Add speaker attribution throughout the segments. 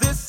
Speaker 1: This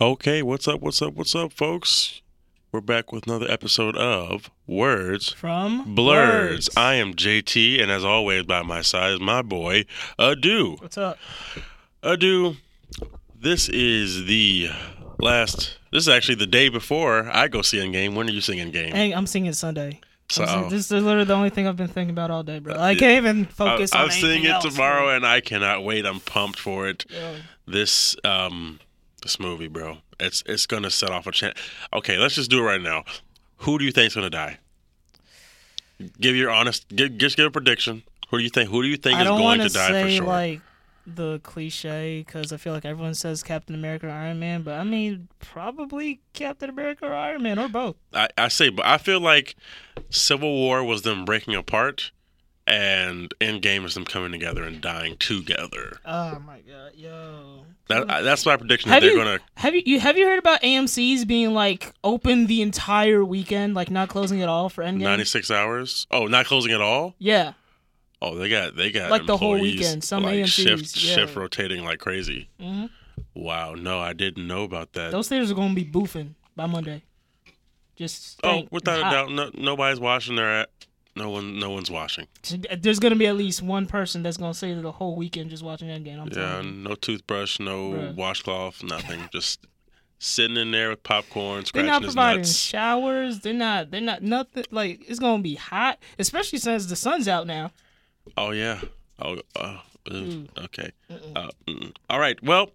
Speaker 2: Okay, what's up? What's up? What's up, folks? We're back with another episode of Words
Speaker 3: From
Speaker 2: Blurs.
Speaker 3: Words.
Speaker 2: I am JT, and as always, by my side is my boy, Adu.
Speaker 3: What's up?
Speaker 2: Adu, this is the last. This is actually the day before I go singing game. When are you singing game?
Speaker 3: Hey, I'm singing Sunday.
Speaker 2: So-
Speaker 3: I'm sing- this is literally the only thing I've been thinking about all day, bro. I can't even focus
Speaker 2: I,
Speaker 3: on
Speaker 2: I'm seeing
Speaker 3: anything
Speaker 2: it
Speaker 3: else, bro.
Speaker 2: tomorrow, and I cannot wait. I'm pumped for it.
Speaker 3: Yeah.
Speaker 2: This um, this movie, bro. It's it's gonna set off a chain. Okay, let's just do it right now. Who do you think's gonna die? Give your honest. Give, just give a prediction. Who do you think? Who do you think
Speaker 3: I
Speaker 2: is
Speaker 3: don't
Speaker 2: going
Speaker 3: want
Speaker 2: to
Speaker 3: to
Speaker 2: die
Speaker 3: say
Speaker 2: for sure?
Speaker 3: like the cliche because I feel like everyone says Captain America or Iron Man, but I mean probably Captain America or Iron Man or both.
Speaker 2: I, I say, but I feel like Civil War was them breaking apart, and Endgame is them coming together and dying together.
Speaker 3: Oh my god, yo.
Speaker 2: That, I, that's my prediction. That
Speaker 3: Mm.
Speaker 2: they're
Speaker 3: Have you,
Speaker 2: gonna.
Speaker 3: have you you have you heard about AMC's being like open the entire weekend, like not closing at all for Endgame?
Speaker 2: 96 hours? Oh, not closing at all?
Speaker 3: yeah,
Speaker 2: Oh, they got they got
Speaker 3: Like the whole
Speaker 2: employees,
Speaker 3: weekend, some
Speaker 2: like
Speaker 3: AMCs,
Speaker 2: shift
Speaker 3: yeah.
Speaker 2: shift rotating like crazy.
Speaker 3: Mhm.
Speaker 2: Wow, no, I didn't know about that.
Speaker 3: those theaters are gonna be boofing by Monday. Just
Speaker 2: oh,
Speaker 3: think-
Speaker 2: without
Speaker 3: I-
Speaker 2: a doubt, no, nobody's washing their. a- No one, no one's washing.
Speaker 3: There's gonna be at least one person that's gonna say the whole weekend just watching Endgame. I'm
Speaker 2: Yeah,
Speaker 3: telling you.
Speaker 2: no toothbrush, no
Speaker 3: Bruh.
Speaker 2: washcloth, nothing. Just sitting in there with popcorn,
Speaker 3: They're
Speaker 2: scratching
Speaker 3: not
Speaker 2: his
Speaker 3: providing
Speaker 2: nuts.
Speaker 3: showers. They're not. They're not nothing. Like it's gonna be hot, especially since the sun's out now.
Speaker 2: Oh yeah. Oh, uh, ooh, okay. Uh, mm. all right. Well,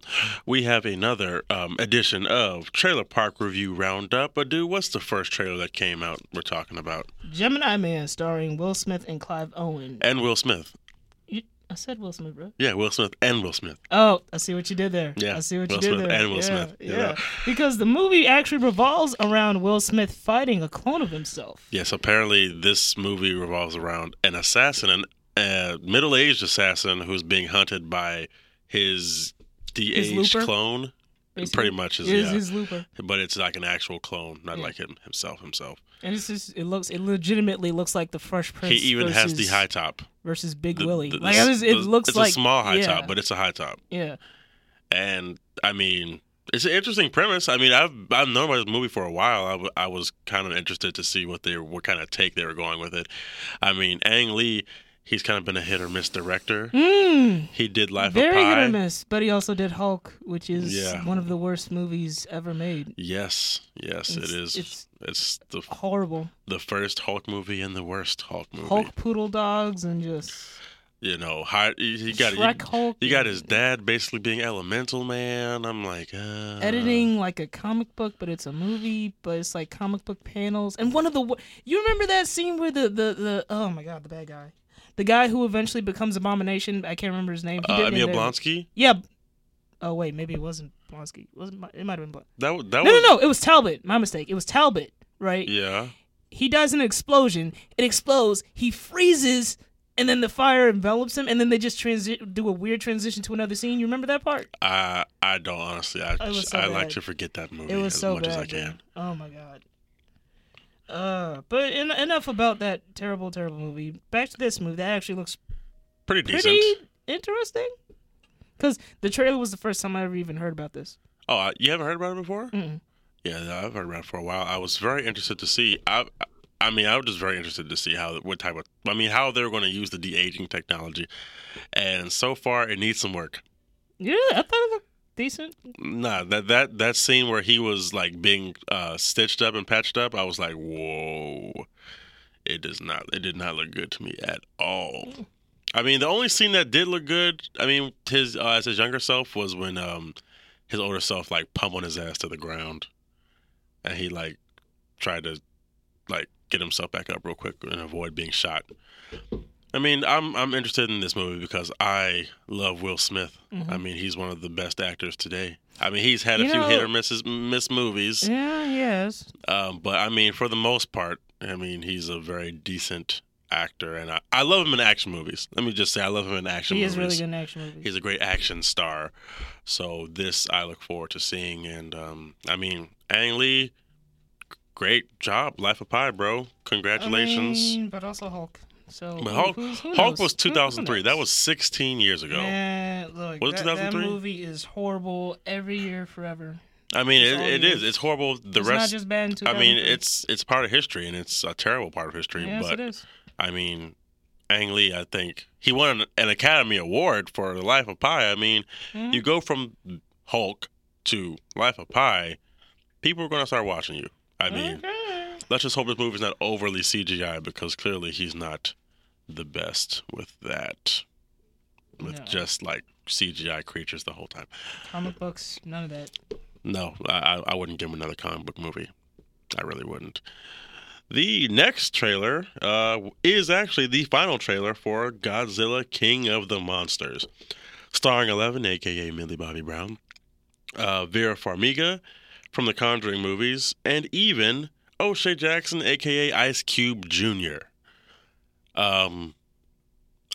Speaker 2: we have another um, edition of Trailer Park Review Roundup. But dude, what's the first trailer that came out? We're talking about
Speaker 3: Gemini Man, starring Will Smith and Clive Owen.
Speaker 2: and Will Smith.
Speaker 3: You- I said Will Smith, bro.
Speaker 2: Yeah, Will Smith and Will Smith.
Speaker 3: Oh, I see what you did there.
Speaker 2: Yeah,
Speaker 3: I see what
Speaker 2: Will
Speaker 3: you did
Speaker 2: Smith
Speaker 3: there.
Speaker 2: and Will
Speaker 3: yeah,
Speaker 2: Smith, you
Speaker 3: Yeah.
Speaker 2: know.
Speaker 3: Because the movie actually revolves around Will Smith fighting a clone of himself.
Speaker 2: Yes, apparently this movie revolves around an assassin, an uh, middle-aged assassin who's being hunted by his de-aged
Speaker 3: looper?
Speaker 2: clone.
Speaker 3: basically.
Speaker 2: Pretty much is
Speaker 3: It is
Speaker 2: yeah,
Speaker 3: his looper,
Speaker 2: but it's like an actual clone, not
Speaker 3: Yeah.
Speaker 2: like him himself. Himself.
Speaker 3: and it's just it looks it legitimately looks like the Fresh Prince.
Speaker 2: he even has the
Speaker 3: versus-
Speaker 2: high top.
Speaker 3: versus Big
Speaker 2: The-
Speaker 3: Willie.
Speaker 2: the-
Speaker 3: like
Speaker 2: the-
Speaker 3: it, is- it
Speaker 2: the-
Speaker 3: looks
Speaker 2: it's
Speaker 3: like
Speaker 2: a small high
Speaker 3: yeah,
Speaker 2: top, but it's a high top.
Speaker 3: yeah,
Speaker 2: And I mean, it's an interesting premise. I mean, I've I've known about this movie for a while. I, w- I was kind of interested to see what they what kind of take they were going with it. I mean, Ang Lee, he's kind of been a hit or miss director.
Speaker 3: mm,
Speaker 2: He did Life of
Speaker 3: very
Speaker 2: Pi.
Speaker 3: hit or miss. But he also did Hulk, which is
Speaker 2: Yeah.
Speaker 3: one of the worst movies ever made.
Speaker 2: Yes, yes, it's,
Speaker 3: It's-
Speaker 2: it is. It's,
Speaker 3: it's-
Speaker 2: the
Speaker 3: Horrible
Speaker 2: the first Hulk movie and the worst Hulk movie.
Speaker 3: Hulk poodle dogs and just
Speaker 2: You know, hi, he, he got
Speaker 3: Shrek
Speaker 2: he,
Speaker 3: Hulk.
Speaker 2: he got
Speaker 3: and
Speaker 2: his uh, dad basically being Elemental Man. I'm like uh,
Speaker 3: editing like a comic book, but it's a movie. But it's like comic book panels. And one of the wo- you remember that scene where the the the oh my god the bad guy. The guy who eventually becomes Abomination, I can't remember his name. He
Speaker 2: Uh,
Speaker 3: did
Speaker 2: Emil
Speaker 3: Invader-
Speaker 2: Blonsky.
Speaker 3: Yeah. Oh wait, maybe it wasn't Blonsky. Wasn't Mi- it might have been Blonsky.
Speaker 2: That w- that
Speaker 3: No, no,
Speaker 2: was
Speaker 3: no. It was Talbot. My mistake. It was Talbot, right?
Speaker 2: yeah.
Speaker 3: He dies in an explosion. It explodes. He freezes, and then the fire envelops him, and then they just transi- do a weird transition to another scene. You remember that part?
Speaker 2: I I don't honestly. I,
Speaker 3: It was so
Speaker 2: I like
Speaker 3: bad.
Speaker 2: to forget that movie
Speaker 3: It was
Speaker 2: as
Speaker 3: so
Speaker 2: much
Speaker 3: bad.
Speaker 2: as I
Speaker 3: man.
Speaker 2: can.
Speaker 3: Oh my god. Uh, but en- enough about that terrible, terrible movie. Back to this movie. That actually looks
Speaker 2: Pretty decent.
Speaker 3: pretty interesting. Because the trailer was the first time I ever even heard about this.
Speaker 2: Oh, I- you haven't heard about it before?
Speaker 3: Mm-mm.
Speaker 2: Yeah, I've heard about it for a while. I was very interested to see. I I mean, I was just very interested to see how what type of I mean how they're going to use the de aging technology, and so far it needs some work.
Speaker 3: Yeah, I thought it looked decent.
Speaker 2: Nah, that that that scene where he was like being uh, stitched up and patched up, I was like, whoa, it does not, it did not look good to me at all.
Speaker 3: Mm.
Speaker 2: I mean, the only scene that did look good, I mean, his uh, as his younger self was when um his older self like pummeling his ass to the ground, and he like tried to like get himself back up real quick and avoid being shot. I mean, I'm I'm interested in this movie because I love Will Smith. I mean, he's one of the best actors today. I mean, he's had a
Speaker 3: Mm-hmm. You
Speaker 2: few
Speaker 3: know-
Speaker 2: hit or misses miss movies,
Speaker 3: Yeah, yes.
Speaker 2: um, but I mean, for the most part, I mean, he's a very decent actor, and I, I love him in action movies. Let me just say, I love him in action
Speaker 3: He
Speaker 2: movies.
Speaker 3: is really good in action movies.
Speaker 2: He's a great action star. So this I look forward to seeing. And um, I mean, Ang Lee, great job, Life of Pi, bro. Congratulations.
Speaker 3: I mean, but also Hulk. So
Speaker 2: but
Speaker 3: who-
Speaker 2: Hulk,
Speaker 3: who's- who
Speaker 2: Hulk
Speaker 3: knows?
Speaker 2: was
Speaker 3: Who- who
Speaker 2: 2003. That
Speaker 3: knows?
Speaker 2: was 16 years ago.
Speaker 3: Man, look,
Speaker 2: Was it
Speaker 3: that, that
Speaker 2: 2003?
Speaker 3: movie is horrible every year forever.
Speaker 2: I mean,
Speaker 3: it's
Speaker 2: it,
Speaker 3: all
Speaker 2: it
Speaker 3: years.
Speaker 2: is. It's horrible. The
Speaker 3: it's not
Speaker 2: rest.
Speaker 3: just bad in
Speaker 2: I mean,
Speaker 3: 2003.
Speaker 2: it's it's part of history, and it's a terrible part of history.
Speaker 3: yes,
Speaker 2: but
Speaker 3: it is.
Speaker 2: I mean, Ang Lee, I think he won an, an Academy Award for The Life of Pi. I mean,
Speaker 3: Mhm.
Speaker 2: you go from Hulk to Life of Pi, people are going to start watching you. I mean,
Speaker 3: Mm-hmm. Okay.
Speaker 2: let's just hope this movie's not overly CGI because clearly he's not the best with that, with
Speaker 3: No.
Speaker 2: just like CGI creatures the whole time.
Speaker 3: comic books, none of that.
Speaker 2: No, I, I- I wouldn't give him another comic book movie. I really wouldn't. The next trailer uh, is actually the final trailer for Godzilla King of the Monsters, starring Eleven, aka Millie Bobby Brown, uh, Vera Farmiga from the Conjuring movies, and even O'Shea Jackson, aka Ice Cube Jr. Um,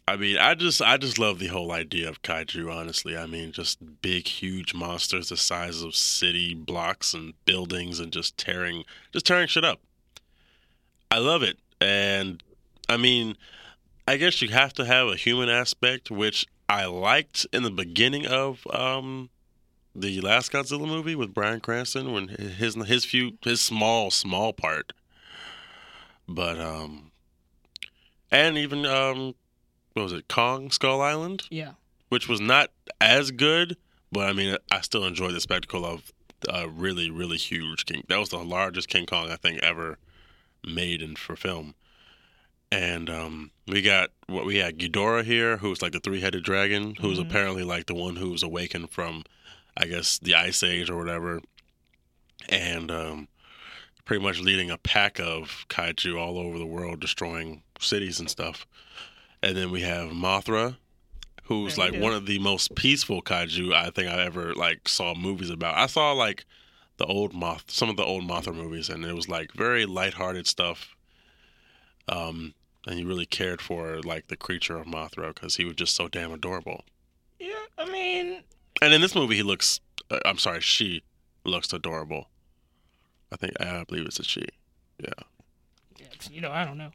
Speaker 2: I mean, I just I just love the whole idea of kaiju. Honestly, I mean, just big, huge monsters the size of city blocks and buildings, and just tearing, just tearing shit up. I love it, and I mean, I guess you have to have a human aspect, which I liked in the beginning of um, the last Godzilla movie with Brian Cranston when his his few his small small part, but um, and even um what was it, Kong Skull Island,
Speaker 3: Yeah.
Speaker 2: which was not as good, but I mean, I still enjoyed the spectacle of a really, really huge King. That was the largest King Kong I think ever made in for film. And um, we got what we had Ghidorah here, who's like the three-headed dragon, who's
Speaker 3: Mhm.
Speaker 2: apparently like the one who was awakened from, I guess, the Ice Age or whatever, and um, pretty much leading a pack of kaiju all over the world, destroying cities and stuff. And then we have Mothra, who's
Speaker 3: There we
Speaker 2: like
Speaker 3: go.
Speaker 2: one of the most peaceful kaiju I think I ever like saw movies about. I saw like the old Moth, some of the old Mothra movies, and it was like very lighthearted stuff. Um, and you really cared for like the creature of Mothra because he was just so damn adorable.
Speaker 3: Yeah, I mean,
Speaker 2: And in this movie, he looks. Uh, I'm sorry, she looks adorable. I think I believe it's a she. Yeah.
Speaker 3: you know, I don't know.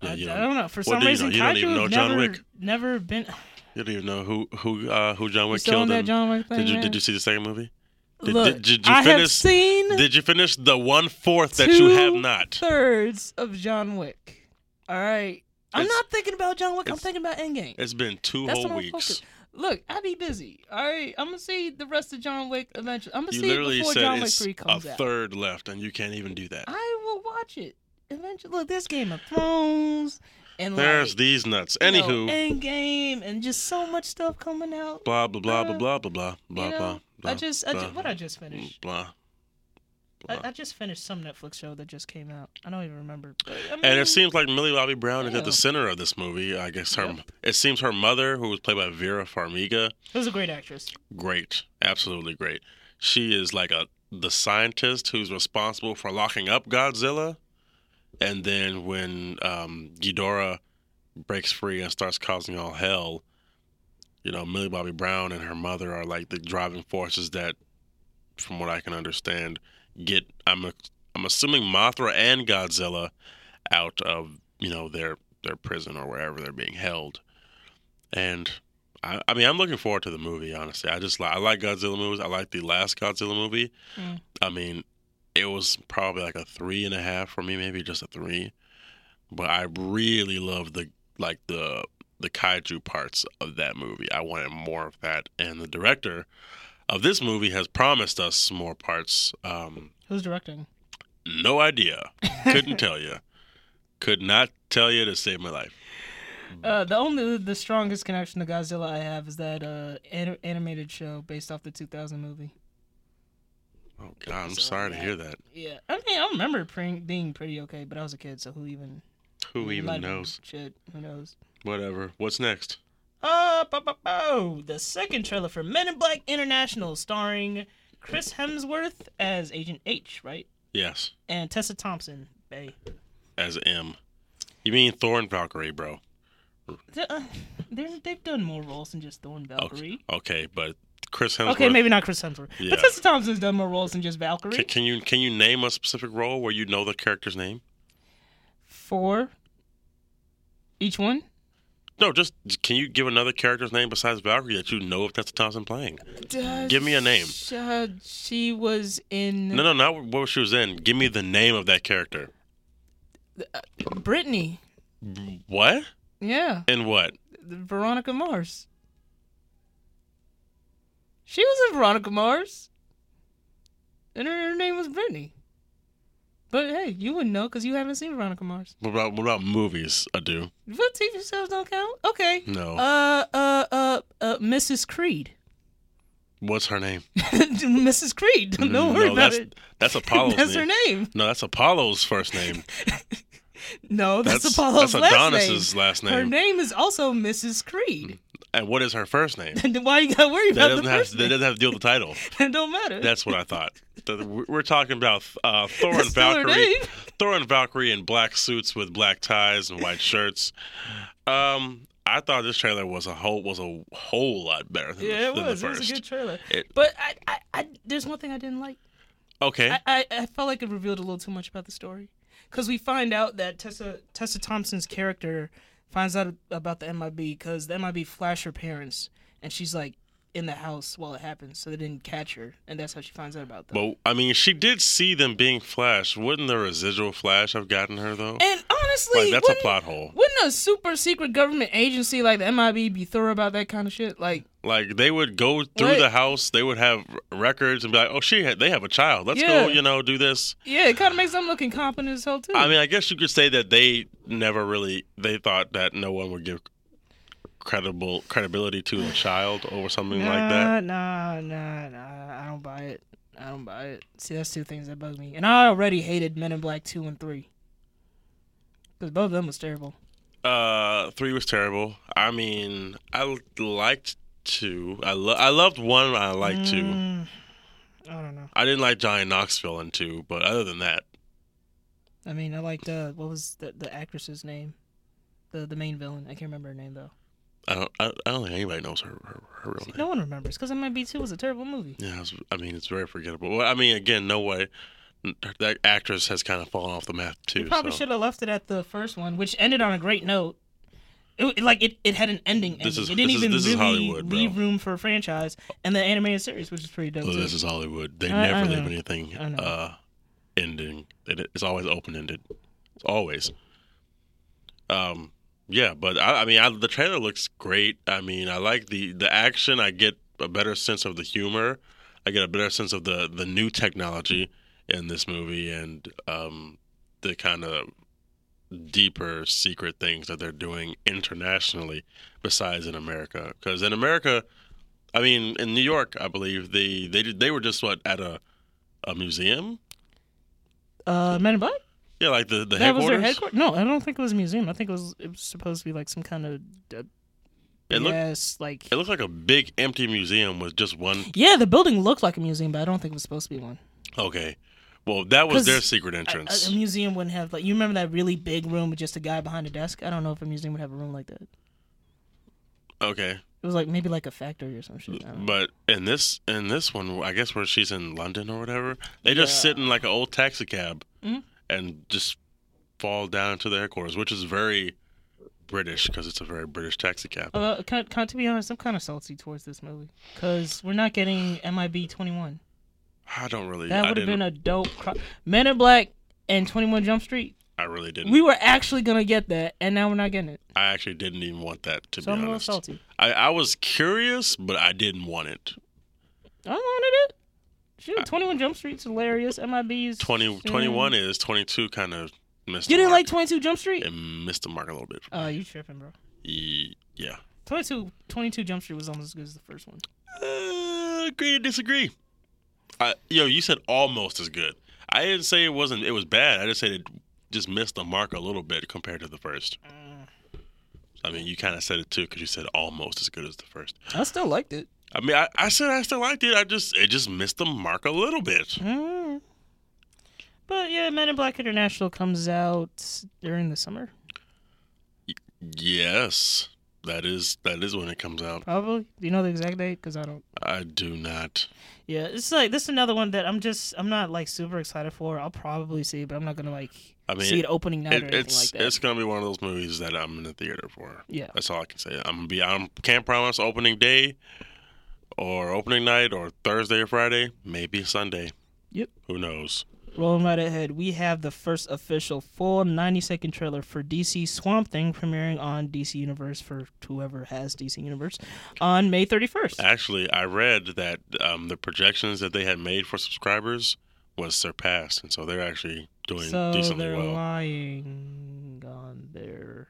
Speaker 2: Yeah,
Speaker 3: I,
Speaker 2: you
Speaker 3: I
Speaker 2: don't-
Speaker 3: don't know. For
Speaker 2: Well,
Speaker 3: some
Speaker 2: you
Speaker 3: reason,
Speaker 2: don't- you don't
Speaker 3: kaiju
Speaker 2: even know
Speaker 3: have
Speaker 2: John
Speaker 3: never,
Speaker 2: Wick.
Speaker 3: never been.
Speaker 2: You don't even know who who uh, who John
Speaker 3: You
Speaker 2: Wick
Speaker 3: still on
Speaker 2: killed.
Speaker 3: that
Speaker 2: him.
Speaker 3: John Wick thing?
Speaker 2: did you
Speaker 3: man?
Speaker 2: did you see the second movie? Did,
Speaker 3: Look,
Speaker 2: did, did you
Speaker 3: I have
Speaker 2: finish?
Speaker 3: seen
Speaker 2: Did you finish the one fourth that you have not?
Speaker 3: thirds of John Wick. All right, I'm
Speaker 2: It's-
Speaker 3: not thinking about John Wick. I'm
Speaker 2: it's-
Speaker 3: thinking about Endgame.
Speaker 2: It's been 2
Speaker 3: That's
Speaker 2: whole
Speaker 3: what I'm
Speaker 2: weeks.
Speaker 3: focused. Look, I be busy. All right, I'm gonna see the rest of John Wick eventually. I'm gonna
Speaker 2: You
Speaker 3: see it
Speaker 2: literally
Speaker 3: before
Speaker 2: said
Speaker 3: John Wick
Speaker 2: it's
Speaker 3: Three
Speaker 2: a
Speaker 3: comes out.
Speaker 2: third left, and you can't even do that.
Speaker 3: I will watch it eventually. Look, there's Game of Thrones and
Speaker 2: There's
Speaker 3: like,
Speaker 2: these nuts.
Speaker 3: you know,
Speaker 2: Anywho,
Speaker 3: Endgame and just so much stuff coming out.
Speaker 2: blah blah blah blah
Speaker 3: uh,
Speaker 2: blah blah blah blah
Speaker 3: you know,
Speaker 2: blah.
Speaker 3: I just, I
Speaker 2: blah,
Speaker 3: just, what I just finished.
Speaker 2: blah.
Speaker 3: I,
Speaker 2: blah.
Speaker 3: I just finished some Netflix show that just came out. I don't even remember. But, I
Speaker 2: And
Speaker 3: mean,
Speaker 2: it seems like Millie Bobby Brown is at
Speaker 3: Mm. Yeah.
Speaker 2: the center of this movie. I guess her.
Speaker 3: Yep.
Speaker 2: It seems her mother, who was played by Vera Farmiga,
Speaker 3: it was a great actress.
Speaker 2: great, absolutely great. She is like a the scientist who's responsible for locking up Godzilla, and then when um, Ghidorah breaks free and starts causing all hell, you know Millie Bobby Brown and her mother are like the driving forces that, from what I can understand, get I'm a, I'm assuming Mothra and Godzilla out of you know their their prison or wherever they're being held, and I, I mean, I'm looking forward to the movie. Honestly, I just like I like Godzilla movies. I like the last Godzilla movie.
Speaker 3: Mm.
Speaker 2: I mean, it was probably like a three and a half for me, maybe just a three. But I really love the like the the kaiju parts of that movie. I wanted more of that, and the director of this movie has promised us more parts. Um,
Speaker 3: Who's directing?
Speaker 2: no idea. Couldn't tell you. Could not tell you to save my life.
Speaker 3: Uh, the only the strongest connection to Godzilla I have is that uh, an- animated show based off the 2000 movie.
Speaker 2: Oh God, I'm sorry to hear that.
Speaker 3: Yeah, I mean I remember pre- being pretty okay, but I was a kid, so who even
Speaker 2: Who
Speaker 3: might
Speaker 2: even
Speaker 3: have been
Speaker 2: knows?
Speaker 3: Shit, who knows?
Speaker 2: Whatever. What's next?
Speaker 3: Uh, bu- bu- bu- the second trailer for Men in Black International, starring Chris Hemsworth as Agent H, right?
Speaker 2: Yes.
Speaker 3: And Tessa Thompson, Bay.
Speaker 2: As M. You mean Thorn Valkyrie, bro?
Speaker 3: Th- uh, they're- They've done more roles than just Thorn Valkyrie.
Speaker 2: Okay, okay but Oh, Chris Hemsworth.
Speaker 3: Okay, maybe not Chris Hemsworth,
Speaker 2: Yeah.
Speaker 3: but Tessa Thompson's done more roles than just Valkyrie.
Speaker 2: Can, can you can you name a specific role where you know the character's name?
Speaker 3: Four. Each one.
Speaker 2: No, just can you give another character's name besides Valkyrie that you know if that's Thompson playing? Give me a name.
Speaker 3: Uh, she was in
Speaker 2: No, no, not what she was in. Give me the name of that character.
Speaker 3: Brittany.
Speaker 2: What?
Speaker 3: Yeah,
Speaker 2: And what?
Speaker 3: Veronica Mars. She was in Veronica Mars, and her, her name was Brittany. But hey, you wouldn't know because you haven't seen Veronica Mars.
Speaker 2: What about what about movies? I do.
Speaker 3: What TV shows don't count? Okay.
Speaker 2: No.
Speaker 3: Uh, uh, uh, uh Mrs. Creed.
Speaker 2: What's her name?
Speaker 3: Mrs. Creed. Don't worry
Speaker 2: Mm,
Speaker 3: about
Speaker 2: that's,
Speaker 3: it.
Speaker 2: That's Apollo's
Speaker 3: That's
Speaker 2: name.
Speaker 3: her name.
Speaker 2: No, that's Apollo's first name.
Speaker 3: No, that's,
Speaker 2: That's-
Speaker 3: Apollo's
Speaker 2: that's
Speaker 3: last
Speaker 2: Adonis's
Speaker 3: name.
Speaker 2: last
Speaker 3: Her
Speaker 2: name.
Speaker 3: name is also Mrs. Creed.
Speaker 2: and what is her first name?
Speaker 3: And why you gotta worry
Speaker 2: That
Speaker 3: about the
Speaker 2: doesn't have
Speaker 3: first
Speaker 2: that doesn't have to deal with the title.
Speaker 3: name? It don't matter.
Speaker 2: That's what I thought. That- We're talking about uh, Thor and
Speaker 3: That's still her
Speaker 2: Valkyrie,
Speaker 3: name.
Speaker 2: Thor and Valkyrie in black suits with black ties and white shirts. Um, I thought this trailer was a whole was a whole lot better than,
Speaker 3: yeah,
Speaker 2: the,
Speaker 3: it
Speaker 2: than the
Speaker 3: was. It
Speaker 2: first.
Speaker 3: was a good trailer.
Speaker 2: It-
Speaker 3: but I, I, I, there's one thing I didn't like.
Speaker 2: okay,
Speaker 3: I, I, I felt like it revealed a little too much about the story, because we find out that Tessa Tessa Thompson's character finds out about the MIB because the MIB flash her parents, and she's like in the house while it happens, so they didn't catch her, and that's how she finds out about them.
Speaker 2: but I mean, she did see them being flashed. Wouldn't the residual flash have gotten her though?
Speaker 3: and honestly,
Speaker 2: Like, that's a
Speaker 3: wouldn't-
Speaker 2: plot hole.
Speaker 3: Wouldn't a super secret government agency like the MIB be thorough about that kind of shit? Like,
Speaker 2: Like they would go through
Speaker 3: What?
Speaker 2: the house, they would have r- records and be like, "Oh, she had, they have a child. Let's
Speaker 3: Yeah.
Speaker 2: go, you know, do this."
Speaker 3: yeah, it kind of makes them look incompetent as hell too.
Speaker 2: I mean, I guess you could say that they never really they thought that no one would give credible credibility to a child over something like that.
Speaker 3: Nah, nah, nah. I don't buy it. I don't buy it. See, that's two things that bug me. And I already hated Men in Black two and three because both of them was terrible.
Speaker 2: Uh, three was terrible. I mean, I l- liked two. I lo- I loved one. and I liked two.
Speaker 3: Mm, I don't know.
Speaker 2: I didn't like Johnny Knoxville in two, but other than that,
Speaker 3: I mean, I liked uh, what was the the actress's name, the the main villain. I can't remember her name though.
Speaker 2: I don't. I, I don't think anybody knows her her, her real name.
Speaker 3: No one remembers because MIB two was a terrible movie.
Speaker 2: Yeah, it's, I mean, it's very forgettable. Well, I mean, again, no way. That actress has kind of fallen off the map too.
Speaker 3: You probably
Speaker 2: so.
Speaker 3: should have left it at the first one, which ended on a great note. It, it- like it, it had an ending. ending.
Speaker 2: This is-
Speaker 3: it didn't
Speaker 2: this is-
Speaker 3: even
Speaker 2: this is
Speaker 3: really
Speaker 2: Hollywood, bro.
Speaker 3: leave room for a franchise, and the animated series, which is pretty dope.
Speaker 2: Oh,
Speaker 3: too. Uh,
Speaker 2: this is Hollywood. They
Speaker 3: I- I
Speaker 2: never leave
Speaker 3: know.
Speaker 2: anything
Speaker 3: I know.
Speaker 2: uh, ending. It, it's always open ended. Always. Um. Yeah, but I, I mean, I, the trailer looks great. I mean, I like the the action. I get a better sense of the humor. I get a better sense of the the new technology in this movie and um, the kind of deeper secret things that they're doing internationally besides in America. Because in America, I mean, in New York, I believe they they did, they were just what at a a museum.
Speaker 3: uh, Men in Black.
Speaker 2: Yeah, like the the
Speaker 3: That was their
Speaker 2: headquarters.
Speaker 3: headquarters. No, I don't think it was a museum. I think it was it was supposed to be like some kind of uh,
Speaker 2: It looked
Speaker 3: yes, like
Speaker 2: it looked like a big empty museum with just one.
Speaker 3: yeah, the building looked like a museum, but I don't think it was supposed to be one.
Speaker 2: Okay, well that was their
Speaker 3: 'Cause
Speaker 2: secret
Speaker 3: A,
Speaker 2: entrance.
Speaker 3: a- a museum wouldn't have like you remember that really big room with just a guy behind a desk. I don't know if a museum would have a room like that.
Speaker 2: okay,
Speaker 3: It was like maybe like a factory or some shit. I don't know.
Speaker 2: but in this in this one, I guess where she's in London or whatever, they just sit in like an old taxi cab
Speaker 3: Mhm.
Speaker 2: and just fall down into the headquarters, which is very British because it's a very British taxi cab.
Speaker 3: Uh, can, can, to be honest, I'm kind of salty towards this movie because we're not getting MIB 21.
Speaker 2: I don't really.
Speaker 3: That
Speaker 2: I
Speaker 3: would have
Speaker 2: didn't.
Speaker 3: been a dope. Cro- Men in Black and 21 Jump Street.
Speaker 2: I really didn't.
Speaker 3: We were actually gonna get that, and now we're not getting it.
Speaker 2: I actually didn't even want that to
Speaker 3: So
Speaker 2: be
Speaker 3: I'm a little
Speaker 2: honest.
Speaker 3: salty.
Speaker 2: I, I was curious, but I didn't want it.
Speaker 3: I wanted it. Shoot, 21 Jump Street's hilarious. MIB's
Speaker 2: 20, 21 is 22 kind of missed
Speaker 3: Mm. You
Speaker 2: the
Speaker 3: didn't
Speaker 2: mark.
Speaker 3: like 22 Jump Street?
Speaker 2: it missed the mark a little bit.
Speaker 3: Oh, you tripping, bro.
Speaker 2: Ye- yeah.
Speaker 3: 22, 22 Jump Street was almost as good as the first one.
Speaker 2: Uh, agree to disagree. I, yo, you said almost as good. I didn't say it wasn't. It was bad. I just said it just missed the mark a little bit compared to the first. I mean, you kind of said it too because you said almost as good as the first.
Speaker 3: I still liked it.
Speaker 2: I mean, I, I said I still liked it. I just it just missed the mark a little bit.
Speaker 3: Mm. But yeah, Men in Black International comes out during the summer,
Speaker 2: Yes, that is that is when it comes out.
Speaker 3: probably. Do you know the exact date? Because I don't.
Speaker 2: I do not.
Speaker 3: Yeah, it's like this is another one that I'm just I'm not like super excited for. I'll probably see, it, but I'm not gonna like
Speaker 2: I mean,
Speaker 3: see it opening night or
Speaker 2: It,
Speaker 3: anything
Speaker 2: it's
Speaker 3: like that.
Speaker 2: it's gonna be one of those movies that I'm in the theater for.
Speaker 3: Yeah.
Speaker 2: that's all I can say. I'm gonna be. I can't promise opening day, or opening night, or Thursday or Friday. Maybe Sunday.
Speaker 3: Yep.
Speaker 2: Who knows?
Speaker 3: Rolling right ahead, we have the first official full 90 second trailer for DC Swamp Thing premiering on DC Universe for whoever has DC Universe on May 31st.
Speaker 2: Actually, I read that um, the projections that they had made for subscribers was surpassed, and so they're actually doing
Speaker 3: So
Speaker 2: decently
Speaker 3: they're
Speaker 2: well.
Speaker 3: lying on their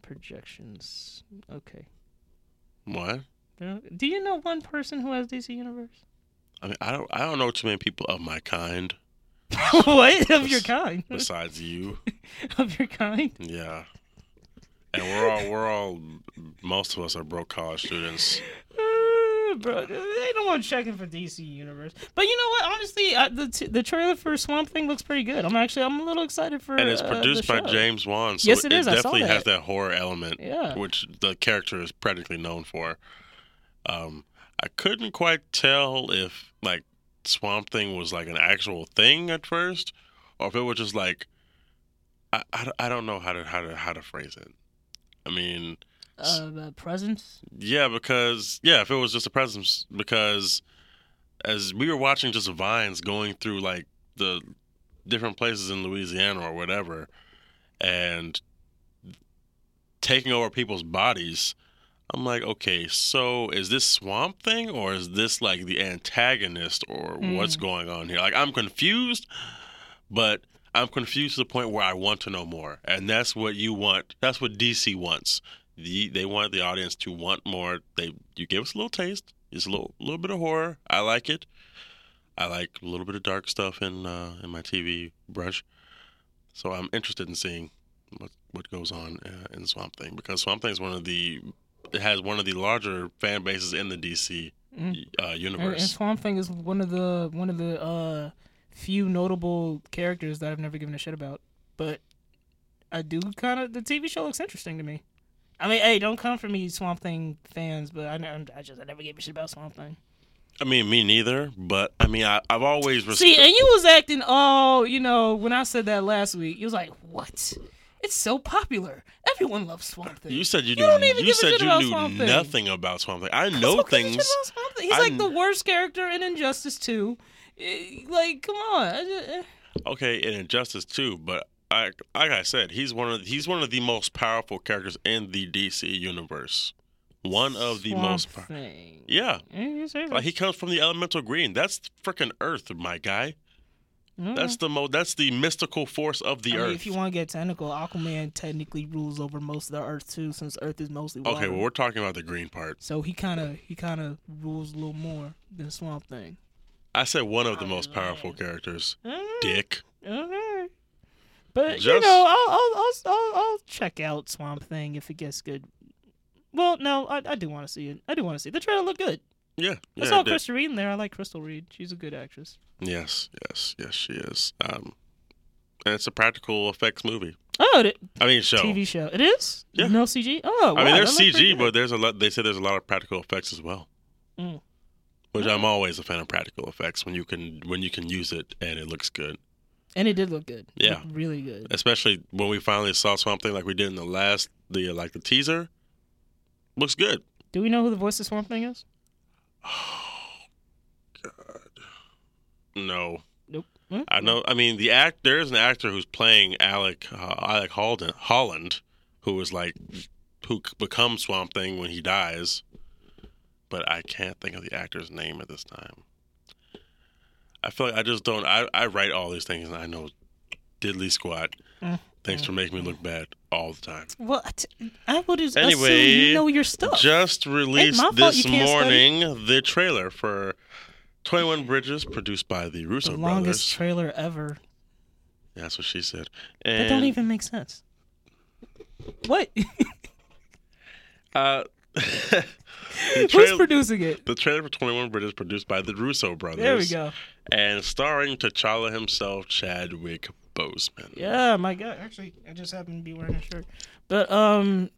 Speaker 3: projections. Okay.
Speaker 2: What?
Speaker 3: Yeah. Do you know one person who has DC Universe?
Speaker 2: I mean, I don't. I don't know too many people of my kind
Speaker 3: what? Of your kind.
Speaker 2: besides you.
Speaker 3: of your kind.
Speaker 2: Yeah. And we're all we're all most of us are broke college students.
Speaker 3: Uh, Bro, they don't want checking for DC Universe, but you know what? Honestly, I, the t- the trailer for Swamp Thing looks pretty good. I'm actually I'm a little excited for.
Speaker 2: and it's
Speaker 3: uh, the
Speaker 2: produced by
Speaker 3: show.
Speaker 2: James Wan. So
Speaker 3: Yes, it
Speaker 2: it
Speaker 3: is. I saw
Speaker 2: definitely has
Speaker 3: that.
Speaker 2: that horror element,
Speaker 3: Yeah.
Speaker 2: which the character is practically known for. Um, I couldn't quite tell if like Swamp Thing was like an actual thing at first, or if it was just like I, I, I don't know how to how to how to phrase it. I mean,
Speaker 3: Uh, the presence.
Speaker 2: yeah, because yeah, if it was just a presence, because as we were watching just vines going through like the different places in Louisiana or whatever, and taking over people's bodies, I'm like, okay, so is this swamp thing or is this like the antagonist or what's going on here? Like, I'm confused, but I'm confused to the point where I want to know more, and that's what you want. That's what DC wants. The, they want the audience to want more. They you give us a little taste. It's a little little bit of horror. I like it. I like a little bit of dark stuff in uh, in my TV brush, so I'm interested in seeing what what goes on uh, in Swamp Thing because Swamp Thing is one of the it has one of the larger fan bases in the DC uh,
Speaker 3: Mm. And, and
Speaker 2: universe.
Speaker 3: Swamp Thing is one of the one of the uh, few notable characters that I've never given a shit about, but I do kind of the TV show looks interesting to me. I mean, hey, don't come for me, Swamp Thing fans, but I, ne- I just I never gave a shit about Swamp Thing.
Speaker 2: I mean, me neither, but I mean, I, I've always res-
Speaker 3: See, and you was acting all, you know, when I said that last week, you was like, "What? It's so popular. Everyone loves Swamp Thing."
Speaker 2: You said you,
Speaker 3: You
Speaker 2: knew.
Speaker 3: don't even
Speaker 2: you
Speaker 3: give a
Speaker 2: said
Speaker 3: shit
Speaker 2: you
Speaker 3: about
Speaker 2: knew
Speaker 3: Swamp Thing.
Speaker 2: nothing about Swamp Thing. I know
Speaker 3: Who gives a shit
Speaker 2: things.
Speaker 3: about Swamp Thing? He's like
Speaker 2: I'm-
Speaker 3: the worst character in Injustice Two. Eh, Like, come on. I just- eh.
Speaker 2: Okay, and Injustice too, but I, like I said, he's one of he's one of the most powerful characters in the DC universe. One of Oh, the
Speaker 3: Swamp
Speaker 2: most. Power-
Speaker 3: Thing.
Speaker 2: yeah,
Speaker 3: Eh, you say that.
Speaker 2: like he comes from the elemental green. That's freaking Earth, my guy.
Speaker 3: Mm.
Speaker 2: That's the mo. That's the mystical force of the
Speaker 3: I mean,
Speaker 2: Earth.
Speaker 3: if you want to get technical, Aquaman technically rules over most of the Earth too, since Earth is mostly water.
Speaker 2: okay, well we're talking about the green part.
Speaker 3: so he kind of he kind of rules a little more than Swamp Thing.
Speaker 2: I said one of the
Speaker 3: Uh.
Speaker 2: most powerful characters.
Speaker 3: Mm.
Speaker 2: Dick.
Speaker 3: Okay. But you
Speaker 2: Just-
Speaker 3: know, I'll I'll, I'll I'll I'll check out Swamp Thing if it gets good. Well, no, I, I do want to see it. I do want to see it. the trailer. Looked good.
Speaker 2: Yeah,
Speaker 3: I
Speaker 2: yeah,
Speaker 3: saw
Speaker 2: Dick.
Speaker 3: Crystal Reed in there. I like Crystal Reed. She's a good actress.
Speaker 2: Yes, yes, yes. She is. Um, and it's a practical effects movie.
Speaker 3: Oh, the
Speaker 2: I mean, show.
Speaker 3: TV show. It is.
Speaker 2: Yeah.
Speaker 3: No CG. Oh,
Speaker 2: I mean,
Speaker 3: wow,
Speaker 2: there's
Speaker 3: that looked pretty
Speaker 2: CG,
Speaker 3: good.
Speaker 2: but there's a lot. They say there's a lot of practical effects as well,
Speaker 3: Mm.
Speaker 2: which I'm always a fan of practical effects when you can when you can use it and it looks good.
Speaker 3: and it did look good.
Speaker 2: Yeah.
Speaker 3: Looked really good.
Speaker 2: Especially when we finally saw Swamp Thing, like we did in the last the like the teaser. Looks good.
Speaker 3: Do we know who the voice of Swamp Thing is?
Speaker 2: No,
Speaker 3: Nope. Hmm?
Speaker 2: I know. I mean, the act there is an actor who's playing Alec uh, Alec Holden Holland, who is like who c- becomes Swamp Thing when he dies, but I can't think of the actor's name at this time. I feel like I just don't. I I write all these things and I know diddly squat.
Speaker 3: Mm.
Speaker 2: Thanks for making me look bad all the time.
Speaker 3: Well, I, t- I would just
Speaker 2: Anyway,
Speaker 3: assume you know your stuff.
Speaker 2: Just released
Speaker 3: fault you
Speaker 2: this
Speaker 3: can't study.
Speaker 2: morning the trailer for Twenty One Bridges, produced by the Russo
Speaker 3: the longest
Speaker 2: brothers.
Speaker 3: trailer ever.
Speaker 2: That's what she said.
Speaker 3: That
Speaker 2: And
Speaker 3: don't even make sense. What?
Speaker 2: Uh, the
Speaker 3: Who's
Speaker 2: trail-
Speaker 3: producing it?
Speaker 2: the trailer for 21 Bridges produced by the Russo brothers.
Speaker 3: There we go.
Speaker 2: And starring T'Challa himself, Chadwick Boseman.
Speaker 3: Yeah, my God. Actually, I just happen to be wearing a shirt, but um,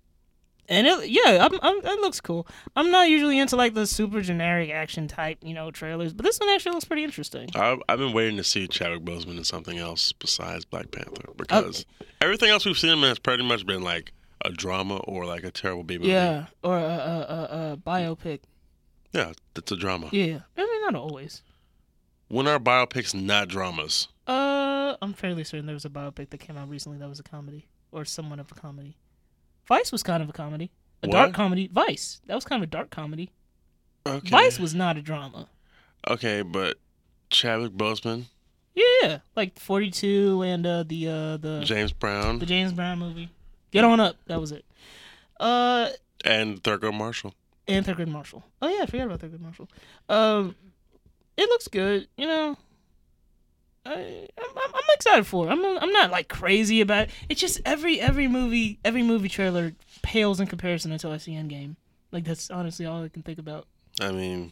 Speaker 3: and it yeah, I'm, I'm, it looks cool. I'm not usually into like the super generic action type, you know, trailers, but this one actually looks pretty interesting.
Speaker 2: I've, I've been waiting to see Chadwick Boseman in something else besides Black
Speaker 3: Oh.
Speaker 2: Panther because everything else we've seen him in has pretty much been like a drama or like a terrible B movie.
Speaker 3: Yeah, or a, a, a, a biopic.
Speaker 2: Yeah, it's a drama.
Speaker 3: Yeah, I mean not always.
Speaker 2: When are biopics not dramas?
Speaker 3: Uh, I'm fairly certain there was a biopic that came out recently that was a comedy or somewhat of a comedy. Vice was kind of a comedy, a dark
Speaker 2: What?
Speaker 3: comedy. Vice that was kind of a dark comedy.
Speaker 2: Okay.
Speaker 3: Vice was not a drama.
Speaker 2: Okay, but Chadwick Boseman,
Speaker 3: Yeah, like 42 and uh, the uh, the
Speaker 2: James Brown,
Speaker 3: the James Brown movie. Get on up. That was it. Uh,
Speaker 2: and Thurgood Marshall.
Speaker 3: and Thurgood Marshall. Oh yeah, I forgot about Thurgood Marshall. Um, it looks good. You know, I I'm, I'm I'm excited for. It. I'm I'm not like crazy about it. It's just every every movie every movie trailer pales in comparison until I see Endgame. Like that's honestly all I can think about.
Speaker 2: I mean,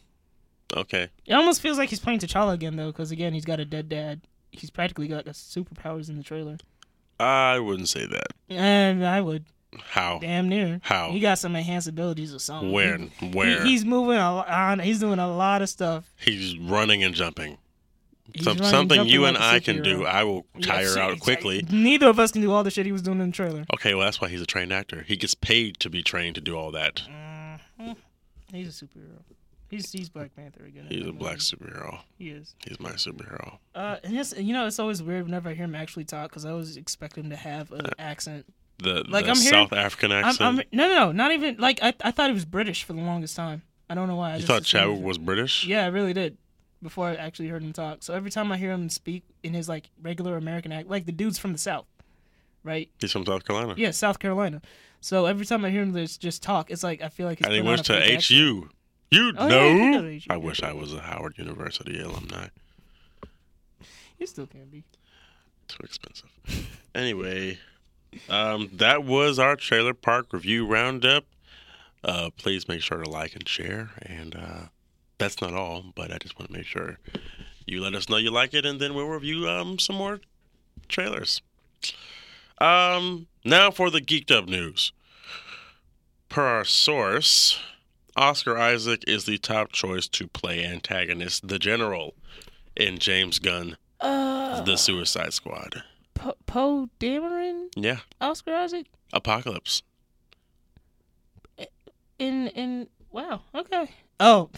Speaker 2: okay.
Speaker 3: It almost feels like he's playing T'Challa again though, because again he's got a dead dad. He's practically got superpowers in the trailer.
Speaker 2: I wouldn't say that.
Speaker 3: And I would
Speaker 2: How?
Speaker 3: damn near.
Speaker 2: How?
Speaker 3: He got some enhanced abilities or something.
Speaker 2: Where?
Speaker 3: He-
Speaker 2: Where?
Speaker 3: He, he's moving a lot. He's doing a lot of stuff.
Speaker 2: He's running and jumping.
Speaker 3: He's
Speaker 2: Some,
Speaker 3: running,
Speaker 2: something
Speaker 3: jumping
Speaker 2: you
Speaker 3: like
Speaker 2: and
Speaker 3: a
Speaker 2: I can
Speaker 3: superhero.
Speaker 2: do. I will
Speaker 3: Yeah,
Speaker 2: tire
Speaker 3: see,
Speaker 2: out
Speaker 3: it's
Speaker 2: quickly.
Speaker 3: like, neither of us can do all the shit he was doing in the trailer.
Speaker 2: Okay, well, that's why he's a trained actor. He gets paid to be trained to do all that.
Speaker 3: He's a superhero. He's he's Black Panther again.
Speaker 2: He's a black superhero.
Speaker 3: He is.
Speaker 2: He's my superhero.
Speaker 3: Uh, and it's, you know, it's always weird whenever I hear him actually talk because I always expect him to have an accent.
Speaker 2: The,
Speaker 3: Like,
Speaker 2: the
Speaker 3: I'm hearing-
Speaker 2: South African
Speaker 3: I'm,
Speaker 2: Uh, accent.
Speaker 3: I'm, no, no, no, not even like I. I thought he was British for the longest time. I don't know why. I
Speaker 2: you
Speaker 3: just
Speaker 2: thought
Speaker 3: assumed-
Speaker 2: Chadwick was British?
Speaker 3: Yeah, I really did. Before I actually heard him talk, so every time I hear him speak in his like regular American act, like the dude's from the South, right?
Speaker 2: He's from South Carolina.
Speaker 3: Yeah, South Carolina. So every time I hear him just, just talk, it's like I feel like he's.
Speaker 2: and he
Speaker 3: putting on
Speaker 2: went
Speaker 3: a
Speaker 2: to
Speaker 3: fake accent.
Speaker 2: HU. You
Speaker 3: Oh, yeah,
Speaker 2: know?
Speaker 3: he did go to HU,
Speaker 2: I
Speaker 3: yeah.
Speaker 2: wish I was a Howard University alumni.
Speaker 3: You still can be.
Speaker 2: Too expensive. Anyway, um, that was our Trailer Park Review Roundup. Uh, please make sure to like and share. And uh, that's not all, but I just want to make sure you let us know you like it, and then we'll review um, some more trailers. Um, now for the geeked up news. Per our source, Oscar Isaac is the top choice to play antagonist the General in James Gunn,
Speaker 3: Uh,
Speaker 2: The Suicide Squad.
Speaker 3: Poe po Dameron,
Speaker 2: Yeah,
Speaker 3: Oscar Isaac,
Speaker 2: Apocalypse.
Speaker 3: in in wow, okay. Oh,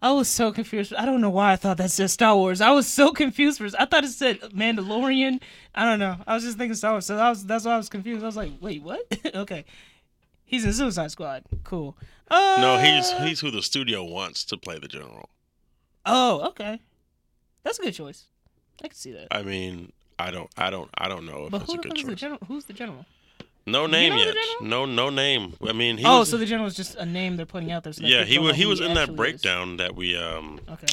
Speaker 3: I was so confused. I don't know why I thought that said Star Wars. I was so confused first. I thought it said Mandalorian. I don't know. I was just thinking Star Wars, so that was that's why I was confused. I was like, wait, what? okay, he's in Suicide Squad. Cool. Uh,
Speaker 2: No, he's he's who the studio wants to play the general.
Speaker 3: Oh, okay. That's a good choice. I can see that.
Speaker 2: I mean, I don't, I don't, I don't know if
Speaker 3: But
Speaker 2: it's
Speaker 3: who
Speaker 2: a
Speaker 3: the
Speaker 2: good
Speaker 3: fuck is the
Speaker 2: choice.
Speaker 3: general? Who's the general?
Speaker 2: No name
Speaker 3: know the
Speaker 2: yet. No,
Speaker 3: general?
Speaker 2: no name. I mean, he
Speaker 3: oh,
Speaker 2: was,
Speaker 3: so the general is just a name they're putting out there. So that
Speaker 2: yeah, he
Speaker 3: people know
Speaker 2: was he
Speaker 3: who
Speaker 2: was in that
Speaker 3: actually is.
Speaker 2: breakdown that we um
Speaker 3: Okay.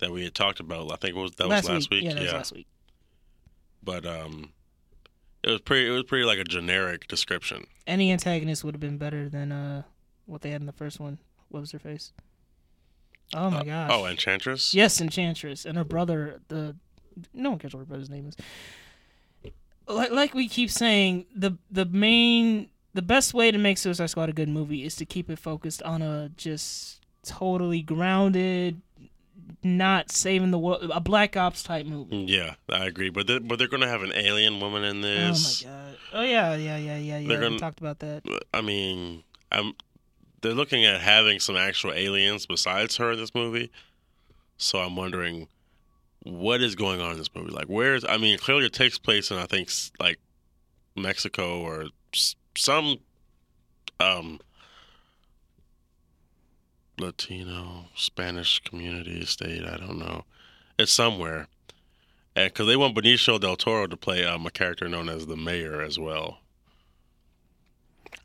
Speaker 2: that we had talked about. I think it was that was last week.
Speaker 3: Yeah, that was last week.
Speaker 2: but um, it was pretty. It was pretty like a generic description.
Speaker 3: Any antagonist would have been better than uh what they had in the first one. What was her face? Oh my gosh.
Speaker 2: Oh, Enchantress.
Speaker 3: yes, Enchantress and her brother. The no one cares what her brother's name is. Like like we keep saying, the the main the best way to make Suicide Squad a good movie is to keep it focused on a just totally grounded, not saving the world, a Black Ops type movie.
Speaker 2: Mm, Yeah, I agree. But they, but they're gonna have an alien woman in this.
Speaker 3: Oh my god! Oh yeah, yeah, yeah, yeah, yeah.
Speaker 2: They're
Speaker 3: we
Speaker 2: gonna-
Speaker 3: talked about that.
Speaker 2: I mean, I'm they're looking at having some actual aliens besides her in this movie. So I'm wondering what is going on in this movie? Like where is I mean, clearly it takes place in I think s- like Mexico or s- some um Latino Spanish community state, I don't know. It's somewhere. And cuz they want Benicio del Toro to play um, a character known as the mayor as well.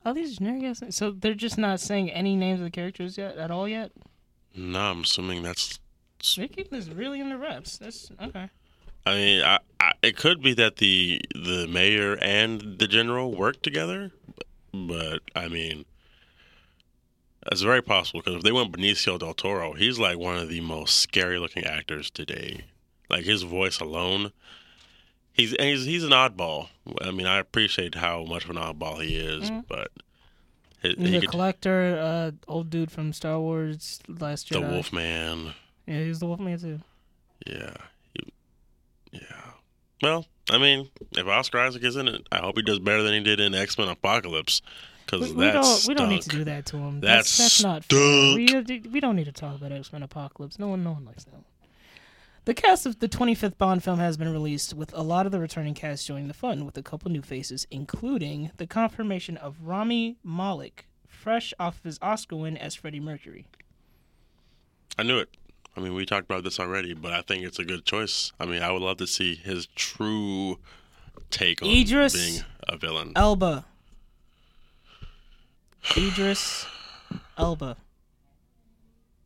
Speaker 3: All these generic ass names. So they're just not saying any names of the characters yet at all yet.
Speaker 2: No, I'm assuming that's
Speaker 3: They're keeping this really in the reps. That's okay.
Speaker 2: I mean, I, I, it could be that the the mayor and the general work together, but I mean, That's very possible because if they went Benicio del Toro, he's like one of the most scary looking actors today. Like his voice alone, he's and he's he's an oddball. I mean, I appreciate how much of an oddball he is, but he,
Speaker 3: Mm-hmm. He's
Speaker 2: he
Speaker 3: a
Speaker 2: could,
Speaker 3: collector, uh, old dude from Star Wars Last
Speaker 2: the
Speaker 3: Jedi.
Speaker 2: Wolfman,
Speaker 3: Yeah, he was the Wolfman too.
Speaker 2: yeah, He- yeah. Well, I mean, if Oscar Isaac is in it, I hope he does better than he did in X Men Apocalypse
Speaker 3: We,
Speaker 2: because
Speaker 3: we
Speaker 2: that's
Speaker 3: don't we don't need to do that to him.
Speaker 2: That
Speaker 3: That's that's not fair. We, uh, we don't need to talk about X Men Apocalypse. No one no one likes that one. The cast of the 25th Bond film has been released, with a lot of the returning cast joining the fun with a couple new faces, including the confirmation of Rami Malek, fresh off of his Oscar win as Freddie Mercury.
Speaker 2: I knew it. I mean, we talked about this already, but I think it's a good choice. I mean, I would love to see his true take on
Speaker 3: Idris
Speaker 2: being a villain.
Speaker 3: Elba. Idris Elba.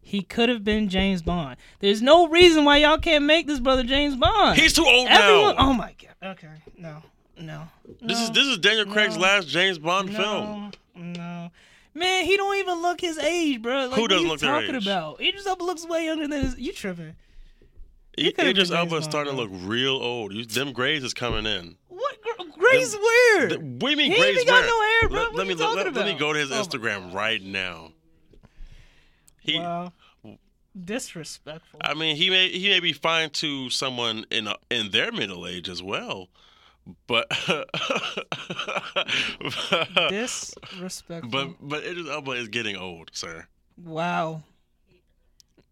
Speaker 3: He could have been James Bond. There's no reason why y'all can't make this brother James Bond.
Speaker 2: He's too old
Speaker 3: Everyone,
Speaker 2: now.
Speaker 3: oh my god. Okay. No. No.
Speaker 2: This is
Speaker 3: No.
Speaker 2: this is Daniel Craig's
Speaker 3: No.
Speaker 2: last James Bond
Speaker 3: no,
Speaker 2: film.
Speaker 3: No. Man, he don't even look his age, bro. Like,
Speaker 2: Who
Speaker 3: what
Speaker 2: doesn't
Speaker 3: you
Speaker 2: look their
Speaker 3: talking
Speaker 2: age?
Speaker 3: about? Idris Elba looks way younger than his. You tripping?
Speaker 2: I-
Speaker 3: could've
Speaker 2: E- Idris
Speaker 3: been James
Speaker 2: Elba
Speaker 3: Bond,
Speaker 2: is starting to
Speaker 3: bro.
Speaker 2: look real old. You- Them grays is coming in.
Speaker 3: What? gr- Gray's weird.
Speaker 2: Th- What do you mean
Speaker 3: He ain't
Speaker 2: grays?
Speaker 3: even got
Speaker 2: where?
Speaker 3: no hair, bro.
Speaker 2: Let,
Speaker 3: What
Speaker 2: let
Speaker 3: you
Speaker 2: me look-
Speaker 3: talking
Speaker 2: let, let me
Speaker 3: about?
Speaker 2: go to his
Speaker 3: Oh my
Speaker 2: Instagram right now. He, Uh,
Speaker 3: wow. Disrespectful.
Speaker 2: I mean, he may he may be fine to someone in a, in their middle age as well, but but
Speaker 3: Disrespectful.
Speaker 2: but Idris Elba is getting old, sir.
Speaker 3: Wow.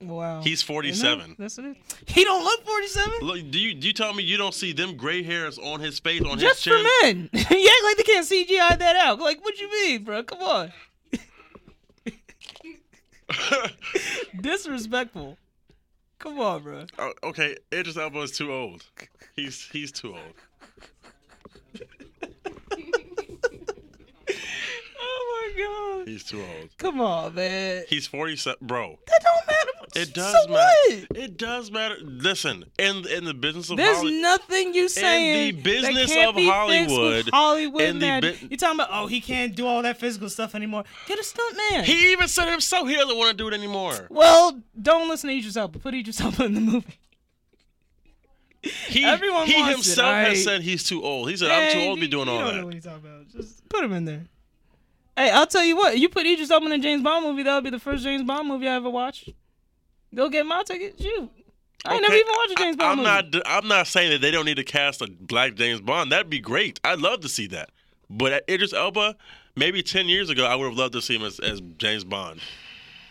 Speaker 3: Wow.
Speaker 2: He's
Speaker 3: You know,
Speaker 2: 47.
Speaker 3: That's it. He don't look 47.
Speaker 2: Look, do you do you tell me you don't see them gray hairs on his face on
Speaker 3: Just
Speaker 2: his
Speaker 3: for
Speaker 2: chin?
Speaker 3: men. you act like they can't CGI that out. Like, what you mean, bro? Come on. Disrespectful. Come on, bro.
Speaker 2: Oh, okay, Idris Elba is too old. He's he's too old.
Speaker 3: Oh my god.
Speaker 2: He's too old.
Speaker 3: Come on, man.
Speaker 2: He's 47, bro.
Speaker 3: That don't matter.
Speaker 2: It does matter.
Speaker 3: so What?
Speaker 2: It does matter. Listen, in in the business of
Speaker 3: There's
Speaker 2: Hollywood,
Speaker 3: nothing you saying. that
Speaker 2: business
Speaker 3: can't
Speaker 2: of
Speaker 3: be fixed with
Speaker 2: Hollywood,
Speaker 3: Hollywood
Speaker 2: in the
Speaker 3: magic.
Speaker 2: bu-
Speaker 3: You're talking about oh he can't do all that physical stuff anymore. Get a stunt man.
Speaker 2: he even said himself he doesn't want to do it anymore.
Speaker 3: well, don't listen to Idris Elba. Put Idris Elba in the movie.
Speaker 2: He,
Speaker 3: Everyone
Speaker 2: he
Speaker 3: wants it,
Speaker 2: himself
Speaker 3: alright.
Speaker 2: has said he's too old. He said, I'm too
Speaker 3: Hey,
Speaker 2: old to be
Speaker 3: you-
Speaker 2: doing
Speaker 3: you
Speaker 2: all
Speaker 3: don't
Speaker 2: that.
Speaker 3: Know what he's talking about. Just put him in there. Hey, I'll tell you what. You put Idris Elba in a James Bond movie, that'll be the first James Bond movie I ever watched. Go get my ticket. Shoot. I ain't never
Speaker 2: Okay,
Speaker 3: even watched a James
Speaker 2: I,
Speaker 3: Bond
Speaker 2: am
Speaker 3: movie.
Speaker 2: not. d- I'm not saying that they don't need to cast a black James Bond. That'd be great. I'd love to see that. But at Idris Elba, maybe ten years ago, I would have loved to see him as, as James Bond.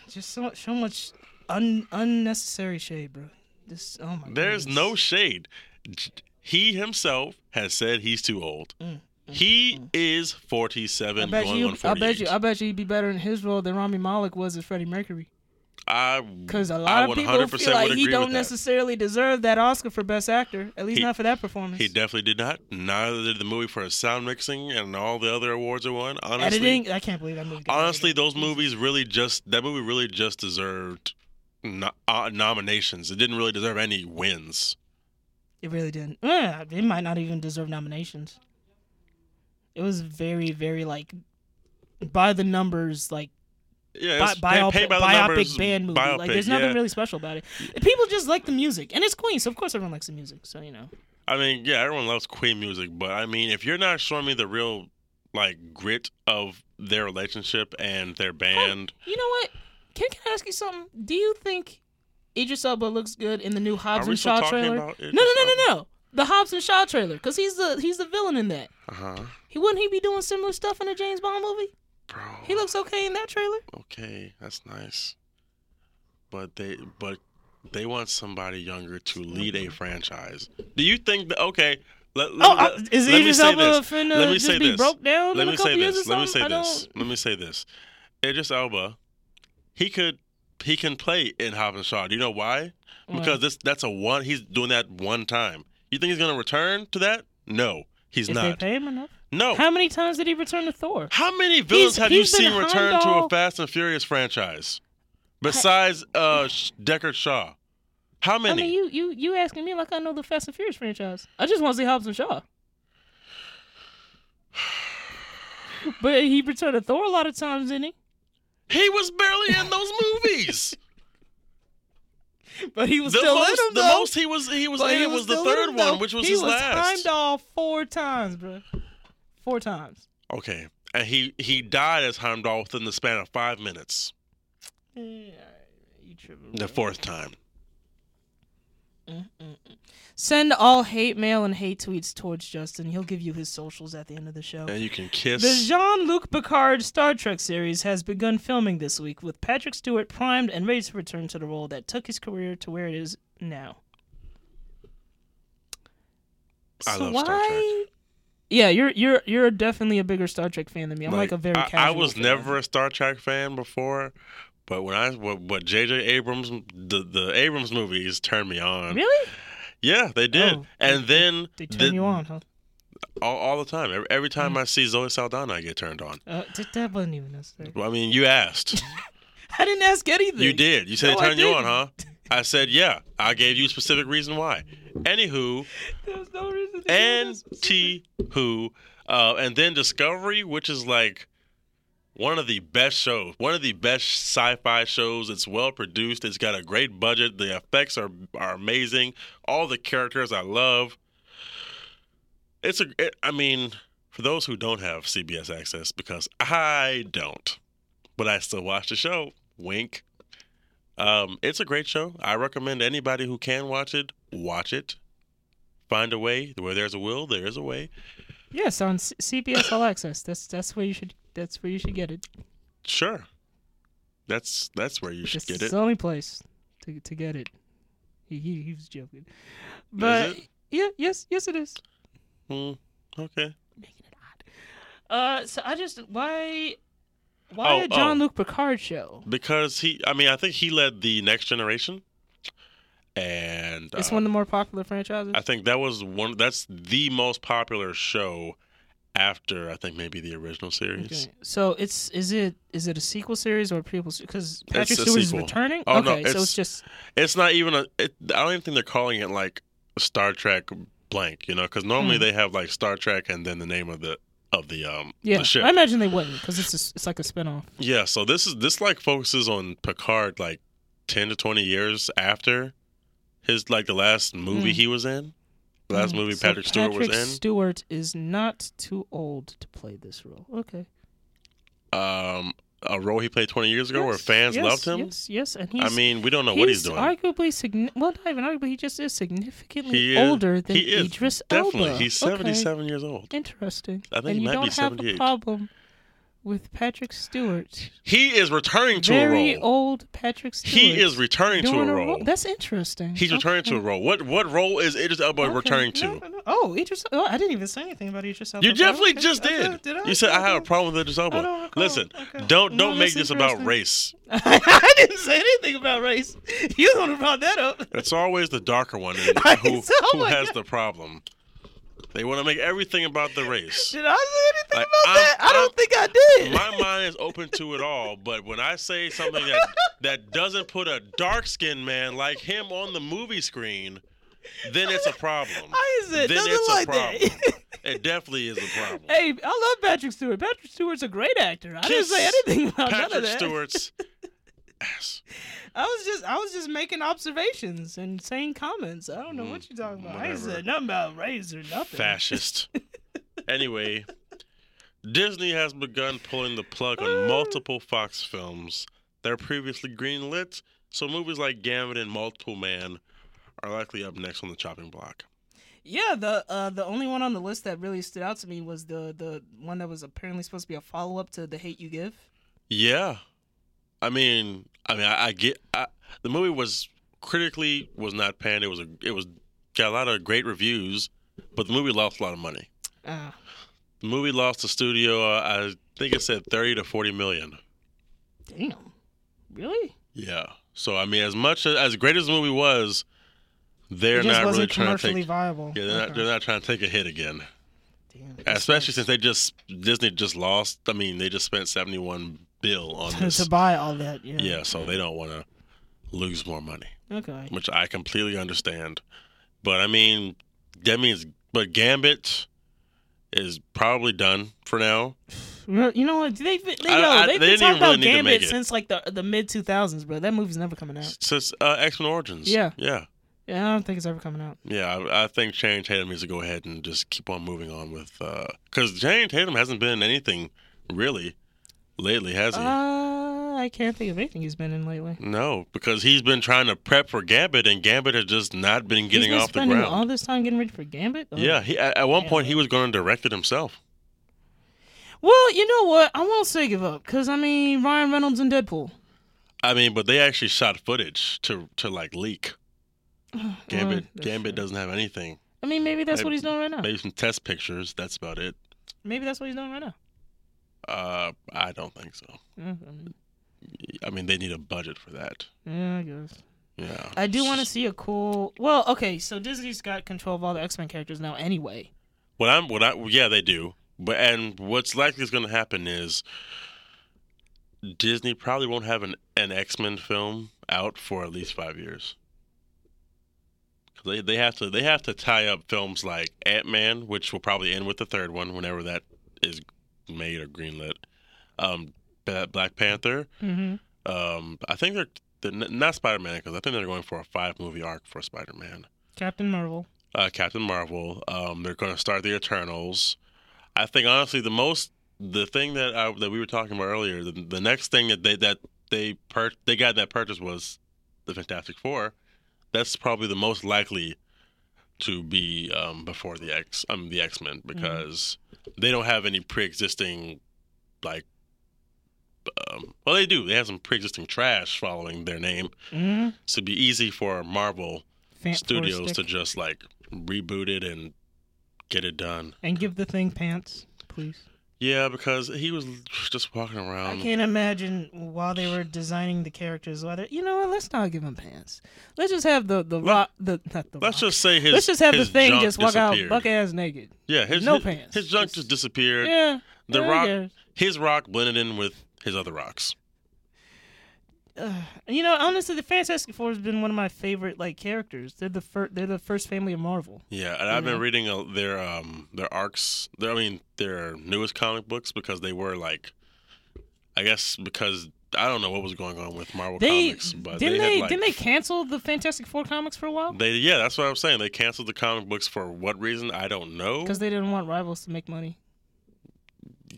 Speaker 3: Just so, so much un, unnecessary shade, bro. This oh my god.
Speaker 2: There's no shade. J- He himself has said he's too old. he is 47
Speaker 3: Mm, I bet
Speaker 2: going
Speaker 3: you.
Speaker 2: on
Speaker 3: I
Speaker 2: 48.
Speaker 3: bet you. I bet you he'd be better in his role than Rami Malek was as Freddie Mercury.
Speaker 2: I,
Speaker 3: Because a
Speaker 2: I
Speaker 3: lot of people
Speaker 2: 100%
Speaker 3: feel like
Speaker 2: would
Speaker 3: he
Speaker 2: agree
Speaker 3: don't
Speaker 2: with that.
Speaker 3: necessarily deserve that Oscar for Best Actor. At least
Speaker 2: He-
Speaker 3: not for that performance.
Speaker 2: He definitely did not. Neither did the movie for sound mixing and all the other awards it won. Honestly,
Speaker 3: Editing. I can't believe that movie. got
Speaker 2: honestly,
Speaker 3: edited.
Speaker 2: those movies really just that movie really just deserved no, uh, nominations. It didn't really deserve any wins.
Speaker 3: It really didn't. Yeah, it might not even deserve nominations. It was very, very like by the numbers, like
Speaker 2: Yeah,
Speaker 3: bi-
Speaker 2: it's
Speaker 3: bio-
Speaker 2: pay, pay by the
Speaker 3: biopic
Speaker 2: numbers,
Speaker 3: band movie. like
Speaker 2: biopic,
Speaker 3: there's nothing
Speaker 2: yeah.
Speaker 3: really special about it. People just like the music, and it's Queen, so of course everyone likes the music. So you know,
Speaker 2: I mean, yeah, everyone loves Queen music, but I mean, if you're not showing me the real like grit of their relationship and their band,
Speaker 3: you know what? Can, can I ask you something? Do you think Idris Elba looks good in the new Hobbs
Speaker 2: we
Speaker 3: and
Speaker 2: still
Speaker 3: Shaw
Speaker 2: talking
Speaker 3: trailer? No,
Speaker 2: about
Speaker 3: no,
Speaker 2: Idris
Speaker 3: no, no, no. The Hobbs and Shaw trailer, because he's the he's the villain in that.
Speaker 2: uh huh,
Speaker 3: He wouldn't he be doing similar stuff in a James Bond movie?
Speaker 2: bro.
Speaker 3: He looks okay in that trailer.
Speaker 2: okay, that's nice. But they but they want somebody younger to lead a franchise. Do you think that okay? Let, let,
Speaker 3: Oh, uh,
Speaker 2: let-
Speaker 3: is
Speaker 2: let me
Speaker 3: Idris
Speaker 2: say
Speaker 3: Elba
Speaker 2: this.
Speaker 3: finna
Speaker 2: Let me
Speaker 3: just
Speaker 2: say
Speaker 3: be
Speaker 2: this.
Speaker 3: broke down
Speaker 2: Let
Speaker 3: in a
Speaker 2: me
Speaker 3: couple
Speaker 2: say
Speaker 3: years
Speaker 2: this.
Speaker 3: or
Speaker 2: Let me
Speaker 3: something?
Speaker 2: say
Speaker 3: I
Speaker 2: this.
Speaker 3: don't-
Speaker 2: Let me say this. Idris Elba, he could he can play in Hobbs and Shaw. Do you know why? Because this that's a one. He's doing that one time. You think he's gonna return to that? No, he's
Speaker 3: If
Speaker 2: not.
Speaker 3: they pay him enough.
Speaker 2: no.
Speaker 3: How many times did he return to Thor?
Speaker 2: How many villains
Speaker 3: He's-
Speaker 2: have you
Speaker 3: he's been
Speaker 2: seen return to
Speaker 3: Heimdall-
Speaker 2: a Fast and Furious franchise besides uh, Sh- Deckard Shaw? How
Speaker 3: I
Speaker 2: many?
Speaker 3: mean, you you you asking me like I know the Fast and Furious franchise. I just want to see Hobbs and Shaw. But he returned to Thor a lot of times, didn't he?
Speaker 2: He was barely in those movies.
Speaker 3: But he was
Speaker 2: the
Speaker 3: still
Speaker 2: most,
Speaker 3: in them
Speaker 2: the
Speaker 3: though.
Speaker 2: most he was he was
Speaker 3: But
Speaker 2: in
Speaker 3: he
Speaker 2: was, the
Speaker 3: still in
Speaker 2: third
Speaker 3: 'em, though.
Speaker 2: one, which was
Speaker 3: he
Speaker 2: his
Speaker 3: was
Speaker 2: last.
Speaker 3: timed off four times, bro. Four times.
Speaker 2: Okay, and he he died as Heimdall within the span of five minutes.
Speaker 3: Yeah, you tripping?
Speaker 2: The
Speaker 3: bro.
Speaker 2: fourth time.
Speaker 3: Send all hate mail and hate tweets towards Justin. He'll give you his socials at the end of the show.
Speaker 2: And you can kiss.
Speaker 3: The Jean Luc Picard Star Trek series has begun filming this week, with Patrick Stewart primed and ready to return to the role that took his career to where it is now.
Speaker 2: I
Speaker 3: So
Speaker 2: love Star Trek.
Speaker 3: Yeah, you're you're you're definitely a bigger Star Trek fan than me. I'm like, a very
Speaker 2: I-
Speaker 3: casual
Speaker 2: I, was
Speaker 3: fan.
Speaker 2: never a Star Trek fan before, but when I what what JJ Abrams the the Abrams movies turned me on.
Speaker 3: Really?
Speaker 2: Yeah, they did.
Speaker 3: Oh,
Speaker 2: and then
Speaker 3: They turn
Speaker 2: the-
Speaker 3: you on, huh?
Speaker 2: all, all the time. Every, every time I see Zoe Saldana, I get turned on.
Speaker 3: Uh, th- that wasn't even necessary.
Speaker 2: Well, I mean, you asked.
Speaker 3: I didn't ask anything.
Speaker 2: you did. You said
Speaker 3: No,
Speaker 2: they
Speaker 3: I
Speaker 2: turned you on,
Speaker 3: didn't.
Speaker 2: huh? I said, yeah. I gave you a specific reason why. Anywho,
Speaker 3: There was no reason. to do
Speaker 2: and
Speaker 3: this.
Speaker 2: T who, uh, and then Discovery, which is like one of the best shows, one of the best sci-fi shows. It's well produced. It's got a great budget. The effects are are amazing. All the characters I love. It's a. It, I mean, for those who don't have CBS access, because I don't, but I still watch the show. Wink. Um, it's a great show. I recommend anybody who can watch it watch it find a way. Where there's a will, there is a way.
Speaker 3: Yes, on C- CBS All Access. That's that's where you should that's where you should get it.
Speaker 2: Sure. That's that's where you should
Speaker 3: It's
Speaker 2: get it.
Speaker 3: the only place to to get it. He he, he was joking, but
Speaker 2: it?
Speaker 3: yeah, yes, yes, it is.
Speaker 2: Hmm, okay.
Speaker 3: Making it odd. Uh, so I just why why
Speaker 2: Oh,
Speaker 3: a John
Speaker 2: oh.
Speaker 3: Luke Picard show?
Speaker 2: Because he I mean, I think he led the next generation. And
Speaker 3: It's
Speaker 2: uh,
Speaker 3: one of the more popular franchises.
Speaker 2: I think that was one that's the most popular show after I think maybe the original series.
Speaker 3: Okay. So it's is it is it a sequel series or a prequel? Because Patrick
Speaker 2: a
Speaker 3: Stewart is
Speaker 2: sequel.
Speaker 3: returning.
Speaker 2: Oh, no,
Speaker 3: okay, so
Speaker 2: it's-
Speaker 3: it's just
Speaker 2: It's not even a it, I don't even think they're calling it like Star Trek blank, you know, cuz normally
Speaker 3: Hmm.
Speaker 2: they have like Star Trek and then the name of the of the um
Speaker 3: yeah.
Speaker 2: the ship.
Speaker 3: I imagine they wouldn't because it's a s it's like a spinoff.
Speaker 2: Yeah, so this is this like focuses on Picard like ten to twenty years after his like the last movie
Speaker 3: Mm.
Speaker 2: he was in. The last
Speaker 3: Mm,
Speaker 2: movie
Speaker 3: so
Speaker 2: Patrick Stewart
Speaker 3: Patrick
Speaker 2: was
Speaker 3: Stewart is not too old to play this role. Okay.
Speaker 2: in. Um a role he played twenty years ago where
Speaker 3: Yes,
Speaker 2: fans
Speaker 3: yes,
Speaker 2: loved him.
Speaker 3: Yes, yes, and he's.
Speaker 2: I mean, we don't know what he's doing.
Speaker 3: Arguably, signi- well, not even arguably. He just is significantly
Speaker 2: He is-
Speaker 3: older than
Speaker 2: he is,
Speaker 3: Idris
Speaker 2: Definitely.
Speaker 3: Elba.
Speaker 2: He's
Speaker 3: Okay,
Speaker 2: seventy seven years old.
Speaker 3: Interesting.
Speaker 2: I think
Speaker 3: and
Speaker 2: he
Speaker 3: you
Speaker 2: might be
Speaker 3: don't have a
Speaker 2: 78.
Speaker 3: problem with Patrick Stewart.
Speaker 2: He is returning to
Speaker 3: Very
Speaker 2: a role.
Speaker 3: old Patrick Stewart.
Speaker 2: He is returning to
Speaker 3: doing
Speaker 2: a role.
Speaker 3: That's interesting.
Speaker 2: He's returning to a role. What what role is Idris Elba
Speaker 3: Okay.
Speaker 2: returning to?
Speaker 3: No, no, no. Oh, Idris. Oh, I didn't even say anything about Idris Elba.
Speaker 2: You
Speaker 3: Okay,
Speaker 2: definitely
Speaker 3: okay.
Speaker 2: just
Speaker 3: I
Speaker 2: did.
Speaker 3: thought- did I?
Speaker 2: You said I have a
Speaker 3: Okay.
Speaker 2: problem with Idris Elba.
Speaker 3: I don't recall.
Speaker 2: Listen,
Speaker 3: Okay.
Speaker 2: don't
Speaker 3: No,
Speaker 2: don't make this
Speaker 3: that's
Speaker 2: about
Speaker 3: interesting.
Speaker 2: race.
Speaker 3: I didn't say anything about race. You the one who brought that up.
Speaker 2: It's always the darker one who,
Speaker 3: I
Speaker 2: who,
Speaker 3: saw
Speaker 2: who
Speaker 3: Oh my
Speaker 2: has
Speaker 3: God.
Speaker 2: the problem. They want to make everything about the race.
Speaker 3: Did I say anything
Speaker 2: Like,
Speaker 3: about
Speaker 2: I'm-
Speaker 3: that? I don't
Speaker 2: I'm-
Speaker 3: think I did.
Speaker 2: My mind is open to it all, but when I say something that that doesn't put a dark skinned man like him on the movie screen, then it's a problem.
Speaker 3: Why is it?
Speaker 2: Then
Speaker 3: Doesn't
Speaker 2: it's
Speaker 3: like
Speaker 2: a
Speaker 3: that.
Speaker 2: problem. It definitely is a problem.
Speaker 3: hey, I love Patrick Stewart. Patrick Stewart's a great actor. I didn't
Speaker 2: Kiss
Speaker 3: say anything about none of
Speaker 2: Patrick
Speaker 3: that.
Speaker 2: Stewart's ass.
Speaker 3: I was just I was just making observations and saying comments. I don't know what you're talking about. I ain't
Speaker 2: whatever.
Speaker 3: said nothing about race or nothing.
Speaker 2: fascist. anyway, Disney has begun pulling the plug on multiple Fox films that are previously greenlit, so movies like Gambit and Multiple Man are likely up next on the chopping block.
Speaker 3: Yeah, the uh, the only one on the list that really stood out to me was the the one that was apparently supposed to be a follow up to The Hate You Give.
Speaker 2: Yeah, I mean, I mean, I, I get I, the movie was critically was not panned. It was a it was got a lot of great reviews, but the movie lost a lot of money.
Speaker 3: Uh,
Speaker 2: The movie lost the studio. Uh, I think it said thirty to forty million.
Speaker 3: damn, really?
Speaker 2: Yeah. So I mean, as much as, as great as the movie was, they're
Speaker 3: it just
Speaker 2: not
Speaker 3: wasn't
Speaker 2: really trying to
Speaker 3: commercially
Speaker 2: take.
Speaker 3: viable.
Speaker 2: Yeah, they're, not,
Speaker 3: Okay.
Speaker 2: they're not trying to take a hit again.
Speaker 3: Damn.
Speaker 2: Especially since they just Disney just lost. I mean, they just spent seventy one bill on
Speaker 3: to,
Speaker 2: this.
Speaker 3: to buy all that. Yeah.
Speaker 2: Yeah, so they don't want to lose more money,
Speaker 3: Okay.
Speaker 2: which I completely understand. But I mean, that means but Gambit is probably done for now.
Speaker 3: Re- You know what? They they,
Speaker 2: I-
Speaker 3: yo,
Speaker 2: I-
Speaker 3: they've
Speaker 2: they didn't
Speaker 3: been
Speaker 2: even
Speaker 3: talking
Speaker 2: really
Speaker 3: about
Speaker 2: need to make
Speaker 3: Gambit
Speaker 2: it.
Speaker 3: since like the the mid two thousands, bro. That movie's never coming out.
Speaker 2: Since uh, X Men Origins.
Speaker 3: Yeah.
Speaker 2: Yeah.
Speaker 3: Yeah, I don't think it's ever coming out.
Speaker 2: Yeah, I, I think Channing Tatum needs to go ahead and just keep on moving on with because Channing Tatum hasn't been in anything really lately, has he?
Speaker 3: Uh, I can't think of anything he's been in lately.
Speaker 2: no, because he's been trying to prep for Gambit, and Gambit has just not been getting
Speaker 3: he's been
Speaker 2: off the
Speaker 3: spending
Speaker 2: ground.
Speaker 3: all this time getting ready for Gambit. Oh.
Speaker 2: yeah, he, at, at one point he was going to direct it himself.
Speaker 3: Well, you know what? I won't say give up because I mean Ryan Reynolds and Deadpool.
Speaker 2: I mean, but they actually shot footage to to like leak. Gambit
Speaker 3: Well, Mm, that's
Speaker 2: Gambit
Speaker 3: true.
Speaker 2: doesn't have anything.
Speaker 3: Uh, I mean, maybe that's what he's doing right now. Maybe.
Speaker 2: Maybe some test pictures. That's about it.
Speaker 3: that's what he's doing right now.
Speaker 2: Uh, I don't think so.
Speaker 3: Yeah, I mean,
Speaker 2: I mean, they need a budget for that.
Speaker 3: yeah, I guess.
Speaker 2: Yeah.
Speaker 3: I do want to see a cool. Well, okay, so Disney's got control of all the X Men characters now, anyway.
Speaker 2: What I'm, what I, yeah, they do. But and what's likely is going to happen is Disney probably won't have an, an X Men film out for at least five years. 'Cause They they have to they have to tie up films like Ant Man, which will probably end with the third one whenever that is made or greenlit. Um, Ba- Black Panther.
Speaker 3: Mm-hmm.
Speaker 2: Um, I think they're, they're n- not Spider Man because I think they're going for a five movie arc for Spider Man
Speaker 3: Captain Marvel.
Speaker 2: uh, Captain Marvel. Um, they're going to start the Eternals. I think honestly, the most the thing that I, that we were talking about earlier, the, the next thing that they that they per- they got that purchase was the Fantastic Four. That's probably the most likely to be um, before the X um the X Men because they don't have any pre existing like. Um, well, they do. They have some pre-existing trash following their name,
Speaker 3: Mm-hmm.
Speaker 2: so it'd be easy for Marvel studios to just like reboot it and get it done.
Speaker 3: and give the thing pants, please.
Speaker 2: Yeah, because he was just walking
Speaker 3: I
Speaker 2: around.
Speaker 3: can't imagine while they were designing the characters, whether you know what, let's not give them pants. Let's just have the the rock, the not the
Speaker 2: Let's
Speaker 3: Rock.
Speaker 2: just say his.
Speaker 3: let's just have the
Speaker 2: his
Speaker 3: thing
Speaker 2: junk
Speaker 3: just walk out
Speaker 2: disappeared.
Speaker 3: buck ass naked.
Speaker 2: Yeah, his
Speaker 3: no
Speaker 2: his,
Speaker 3: pants.
Speaker 2: His junk
Speaker 3: Just-
Speaker 2: just disappeared.
Speaker 3: Yeah,
Speaker 2: the
Speaker 3: I
Speaker 2: rock,
Speaker 3: guess.
Speaker 2: his rock blended in with his other rocks.
Speaker 3: You know, honestly, the Fantastic Four has been one of my favorite like characters. They're the first. They're the first family of Marvel.
Speaker 2: Yeah, and I've been reading uh, their um their arcs. Their, I mean their newest comic books because they were like, I guess because I don't know what was going on with Marvel
Speaker 3: They
Speaker 2: comics, but
Speaker 3: didn't
Speaker 2: had,
Speaker 3: they,
Speaker 2: like,
Speaker 3: didn't they cancel the Fantastic Four comics for a while
Speaker 2: They yeah, that's what I'm saying. They canceled the comic books for what reason? I don't know.
Speaker 3: because they didn't want rivals to make money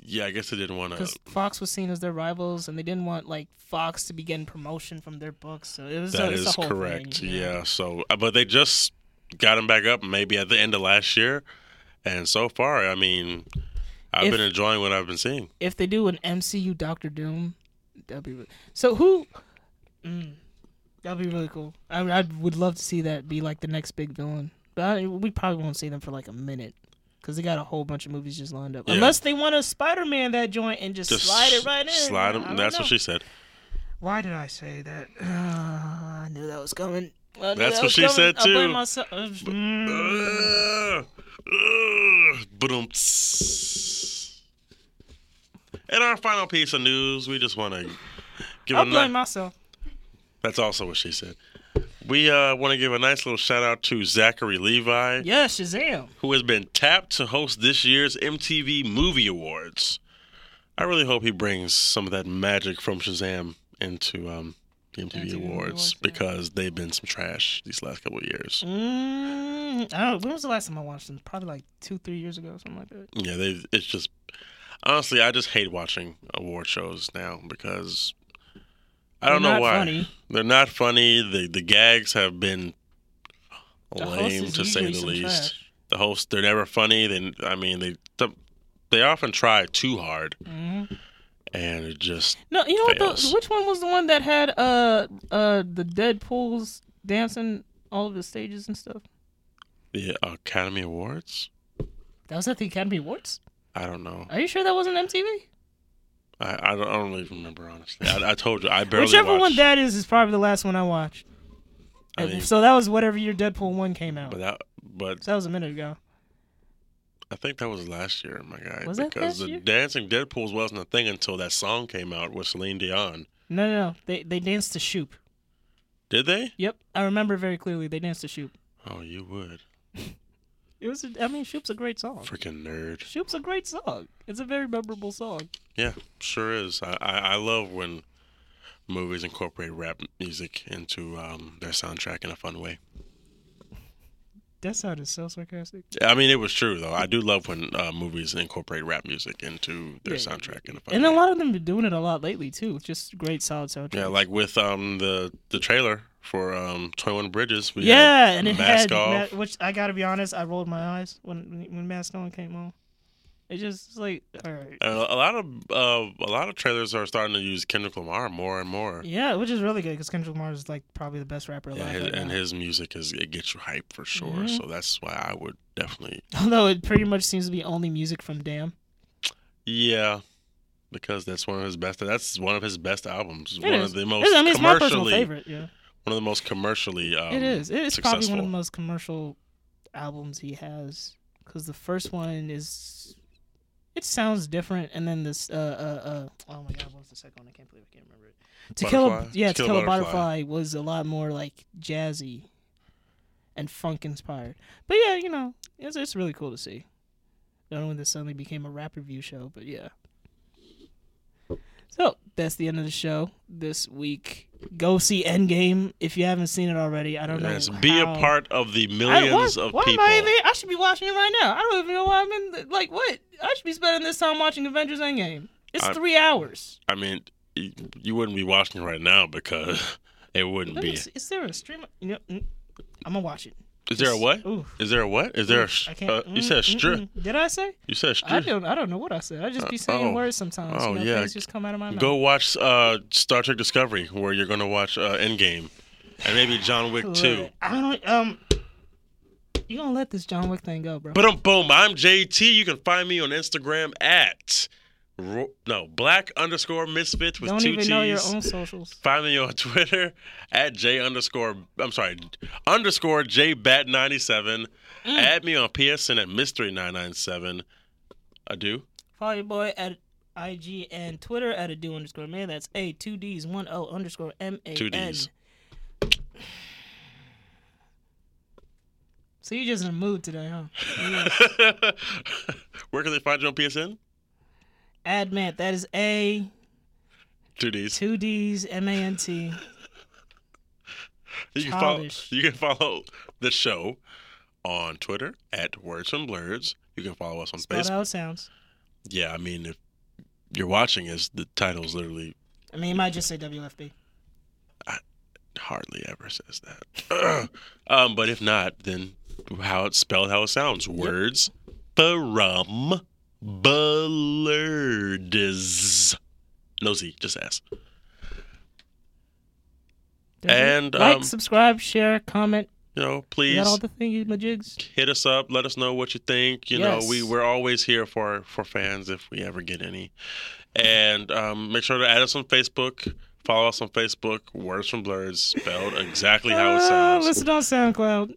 Speaker 2: Yeah, I guess they didn't want to.
Speaker 3: because Fox was seen as their rivals and they didn't want like Fox to be getting promotion from their books. So it was
Speaker 2: That
Speaker 3: a, it's
Speaker 2: is
Speaker 3: a whole
Speaker 2: correct.
Speaker 3: thing, you know?
Speaker 2: yeah. So, uh, but they just got them back up maybe at the end of last year, and so far, I mean, I've
Speaker 3: If-
Speaker 2: been enjoying what I've been seeing.
Speaker 3: If they do an MCU Doctor Doom, that'd be really, so who. Mm, that'd be really cool. I, I would love to see that be like the next big villain, but I, we probably won't see them for like a minute. Because they got a whole bunch of movies just lined up.
Speaker 2: Yeah.
Speaker 3: Unless they want to Spider Man that joint and just,
Speaker 2: Just
Speaker 3: slide it right in.
Speaker 2: Slide 'em-
Speaker 3: I don't
Speaker 2: That's
Speaker 3: know.
Speaker 2: what she said.
Speaker 3: Why did I say that? Uh, I knew that was coming. I knew
Speaker 2: That's
Speaker 3: that
Speaker 2: what
Speaker 3: was
Speaker 2: she
Speaker 3: coming.
Speaker 2: said,
Speaker 3: I blame
Speaker 2: too.
Speaker 3: myself. Uh, mm.
Speaker 2: But um. And our final piece of news, we just want to give
Speaker 3: I
Speaker 2: a
Speaker 3: blame
Speaker 2: ni-
Speaker 3: myself.
Speaker 2: That's also what she said. We uh, want to give a nice little shout out to Zachary Levi,
Speaker 3: Yeah, Shazam.
Speaker 2: who has been tapped to host this year's MTV Movie Awards. I really hope he brings some of that magic from Shazam into um, the MTV,
Speaker 3: MTV
Speaker 2: Awards,
Speaker 3: Awards, yeah.
Speaker 2: because they've been some trash these last couple of years.
Speaker 3: Mm, I don't, when was the last time I watched them? Probably like two, three years ago, something like that.
Speaker 2: Yeah, they it's just honestly, I just hate watching award shows now because I don't
Speaker 3: They're
Speaker 2: know
Speaker 3: not
Speaker 2: why
Speaker 3: funny.
Speaker 2: they're not funny. The the gags have been
Speaker 3: The host
Speaker 2: lame
Speaker 3: is
Speaker 2: to say
Speaker 3: usually
Speaker 2: the
Speaker 3: some
Speaker 2: least.
Speaker 3: trash.
Speaker 2: The hosts they're never funny. They I mean they they often try too hard
Speaker 3: Mhm.
Speaker 2: and it just
Speaker 3: No, you know what? The,
Speaker 2: Fails.
Speaker 3: which one was the one that had uh uh the Deadpool's dancing all of the stages and stuff?
Speaker 2: the Academy Awards.
Speaker 3: That was at the Academy Awards.
Speaker 2: I don't know.
Speaker 3: Are you sure that wasn't MTV?
Speaker 2: I, I don't I don't really remember honestly. I, I told you I barely
Speaker 3: Whichever
Speaker 2: watched,
Speaker 3: one that is is probably the last one I watched.
Speaker 2: I mean,
Speaker 3: so that was whatever your Deadpool one came out.
Speaker 2: but that but
Speaker 3: So that was a minute ago.
Speaker 2: I think that was last year, my guy.
Speaker 3: Was that
Speaker 2: because
Speaker 3: last
Speaker 2: the
Speaker 3: year?
Speaker 2: Dancing Deadpools wasn't a thing until that song came out with Celine Dion.
Speaker 3: No, no, no. They they danced to Shoop.
Speaker 2: Did they?
Speaker 3: Yep, I remember very clearly. They danced to Shoop.
Speaker 2: Oh, you would.
Speaker 3: It was. I mean, Shoop's a great song.
Speaker 2: Freaking nerd.
Speaker 3: Shoop's a great song. It's a very memorable song.
Speaker 2: Yeah, sure is. I, I, I love when movies incorporate rap music into um, their soundtrack in a fun way.
Speaker 3: That sounded so sarcastic.
Speaker 2: I mean, it was true though. I do love when uh, movies incorporate rap music into their soundtrack in a fun
Speaker 3: And a
Speaker 2: way.
Speaker 3: lot of them been doing it a lot lately too. Just great solid soundtrack.
Speaker 2: yeah, like with um the the trailer for um Twenty One Bridges. We
Speaker 3: Yeah,
Speaker 2: had
Speaker 3: and it
Speaker 2: mask
Speaker 3: had
Speaker 2: off.
Speaker 3: ma- which I gotta be honest, I rolled my eyes when when Mask On came on. It just it's like all right,
Speaker 2: And a a lot of uh, a lot of trailers are starting to use Kendrick Lamar more and more.
Speaker 3: yeah, which is really good because Kendrick Lamar is like probably the best rapper alive.
Speaker 2: And his,
Speaker 3: right
Speaker 2: and
Speaker 3: now.
Speaker 2: his music is it gets you hype for sure.
Speaker 3: Mm-hmm.
Speaker 2: So that's why I would definitely
Speaker 3: Although it pretty much seems to be only music from Damn.
Speaker 2: yeah. Because that's one of his best. That's one of his best albums.
Speaker 3: It
Speaker 2: one
Speaker 3: is.
Speaker 2: of the
Speaker 3: It
Speaker 2: most
Speaker 3: is. I mean, it's my personal
Speaker 2: Oh, commercially
Speaker 3: favorite. Yeah,
Speaker 2: one of the most commercially. Um,
Speaker 3: it is. It is probably one of
Speaker 2: successful.
Speaker 3: the most commercial albums he has because the first one is. It sounds different, and then this. Uh, uh, uh, oh my God, what was the second one? I can't believe I can't remember it. To kill a,
Speaker 2: Butterfly?
Speaker 3: yeah,
Speaker 2: To
Speaker 3: to
Speaker 2: Kill a
Speaker 3: kill a
Speaker 2: Butterfly.
Speaker 3: butterfly was a lot more like jazzy, and funk inspired. But yeah, you know, it's it's really cool to see. Not only this suddenly became a rap review show, but yeah. So that's the end of the show this week. Go see Endgame if you haven't seen it already. I don't know.
Speaker 2: Yes, be a
Speaker 3: how-
Speaker 2: part of the
Speaker 3: I-
Speaker 2: millions
Speaker 3: why,
Speaker 2: of
Speaker 3: why
Speaker 2: people.
Speaker 3: Am I, even, I should be watching it right now. I don't even know why I'm in. The, like what? I should be spending this time watching Avengers Endgame. It's
Speaker 2: I-
Speaker 3: three hours.
Speaker 2: I mean, y- you wouldn't be watching right now because it wouldn't
Speaker 3: Let me
Speaker 2: be.
Speaker 3: see- Is there a stream? You know, mm, I'm gonna watch it.
Speaker 2: Is there a what?
Speaker 3: Oof.
Speaker 2: Is there a what? Is there a?
Speaker 3: I
Speaker 2: Sh-
Speaker 3: can't.
Speaker 2: uh, you
Speaker 3: mm,
Speaker 2: said a strip.
Speaker 3: mm-mm. Did I say?
Speaker 2: You said
Speaker 3: I
Speaker 2: strip.
Speaker 3: don't. I don't know what I said. I just be
Speaker 2: Uh,
Speaker 3: saying
Speaker 2: oh.
Speaker 3: words sometimes.
Speaker 2: Oh,
Speaker 3: you know,
Speaker 2: yeah.
Speaker 3: Things just come out of my mouth.
Speaker 2: Go watch uh, Star Trek Discovery, where you're going to watch uh, Endgame, and maybe John Wick Two.
Speaker 3: Look, I don't. Um. You gonna let this John Wick thing go, bro?
Speaker 2: But um, boom, I'm JT. You can find me on Instagram at ro- no black underscore misfits with
Speaker 3: don't
Speaker 2: two
Speaker 3: even
Speaker 2: T's.
Speaker 3: know your own socials.
Speaker 2: Find me on Twitter at J underscore, I'm sorry, underscore J bat 97.
Speaker 3: Mm.
Speaker 2: Add me on PSN at mystery997. I do.
Speaker 3: Follow your boy at IG and Twitter at a do underscore man. That's a two D's one O underscore M A N.
Speaker 2: Two Ds.
Speaker 3: So you just in a mood today, huh?
Speaker 2: Where can they find you on PSN?
Speaker 3: Ad man. That is a
Speaker 2: Two D's.
Speaker 3: two D's M A N T.
Speaker 2: You can, follow,
Speaker 3: Childish.
Speaker 2: you can follow the show on Twitter at Words from Blurs. You can follow us on
Speaker 3: Spelled
Speaker 2: Facebook.
Speaker 3: out sounds.
Speaker 2: Yeah, I mean, if you're watching us, the title's literally
Speaker 3: I mean, you might just say WFB.
Speaker 2: hardly ever says that. um, but if not, then how it's spelled, how it sounds. Words from Bullards. No Z, just S. And,
Speaker 3: like,
Speaker 2: um,
Speaker 3: subscribe, share, comment.
Speaker 2: You know,
Speaker 3: You
Speaker 2: please
Speaker 3: got all the thingy majigs.
Speaker 2: hit us up. Let us know what you think. You know, we
Speaker 3: Yes.
Speaker 2: we're always here for for fans if we ever get any. And um, make sure to add us on Facebook. Follow us on Facebook. Words from Blurs spelled exactly how it
Speaker 3: Ah,
Speaker 2: sounds.
Speaker 3: listen on SoundCloud.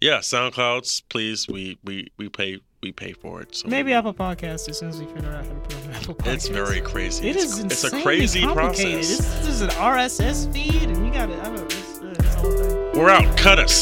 Speaker 2: Yeah, SoundClouds, please. We we we pay we pay for it. So
Speaker 3: Maybe Apple Podcasts as soon as we figure out how to put it on Apple Podcasts.
Speaker 2: it's very crazy.
Speaker 3: It
Speaker 2: it's,
Speaker 3: is
Speaker 2: it's a
Speaker 3: insanely
Speaker 2: crazy
Speaker 3: complicated.
Speaker 2: process.
Speaker 3: This, this is an RSS feed, and you got to. I don't. It's, uh, it's a whole thing.
Speaker 2: We're out. Cut us.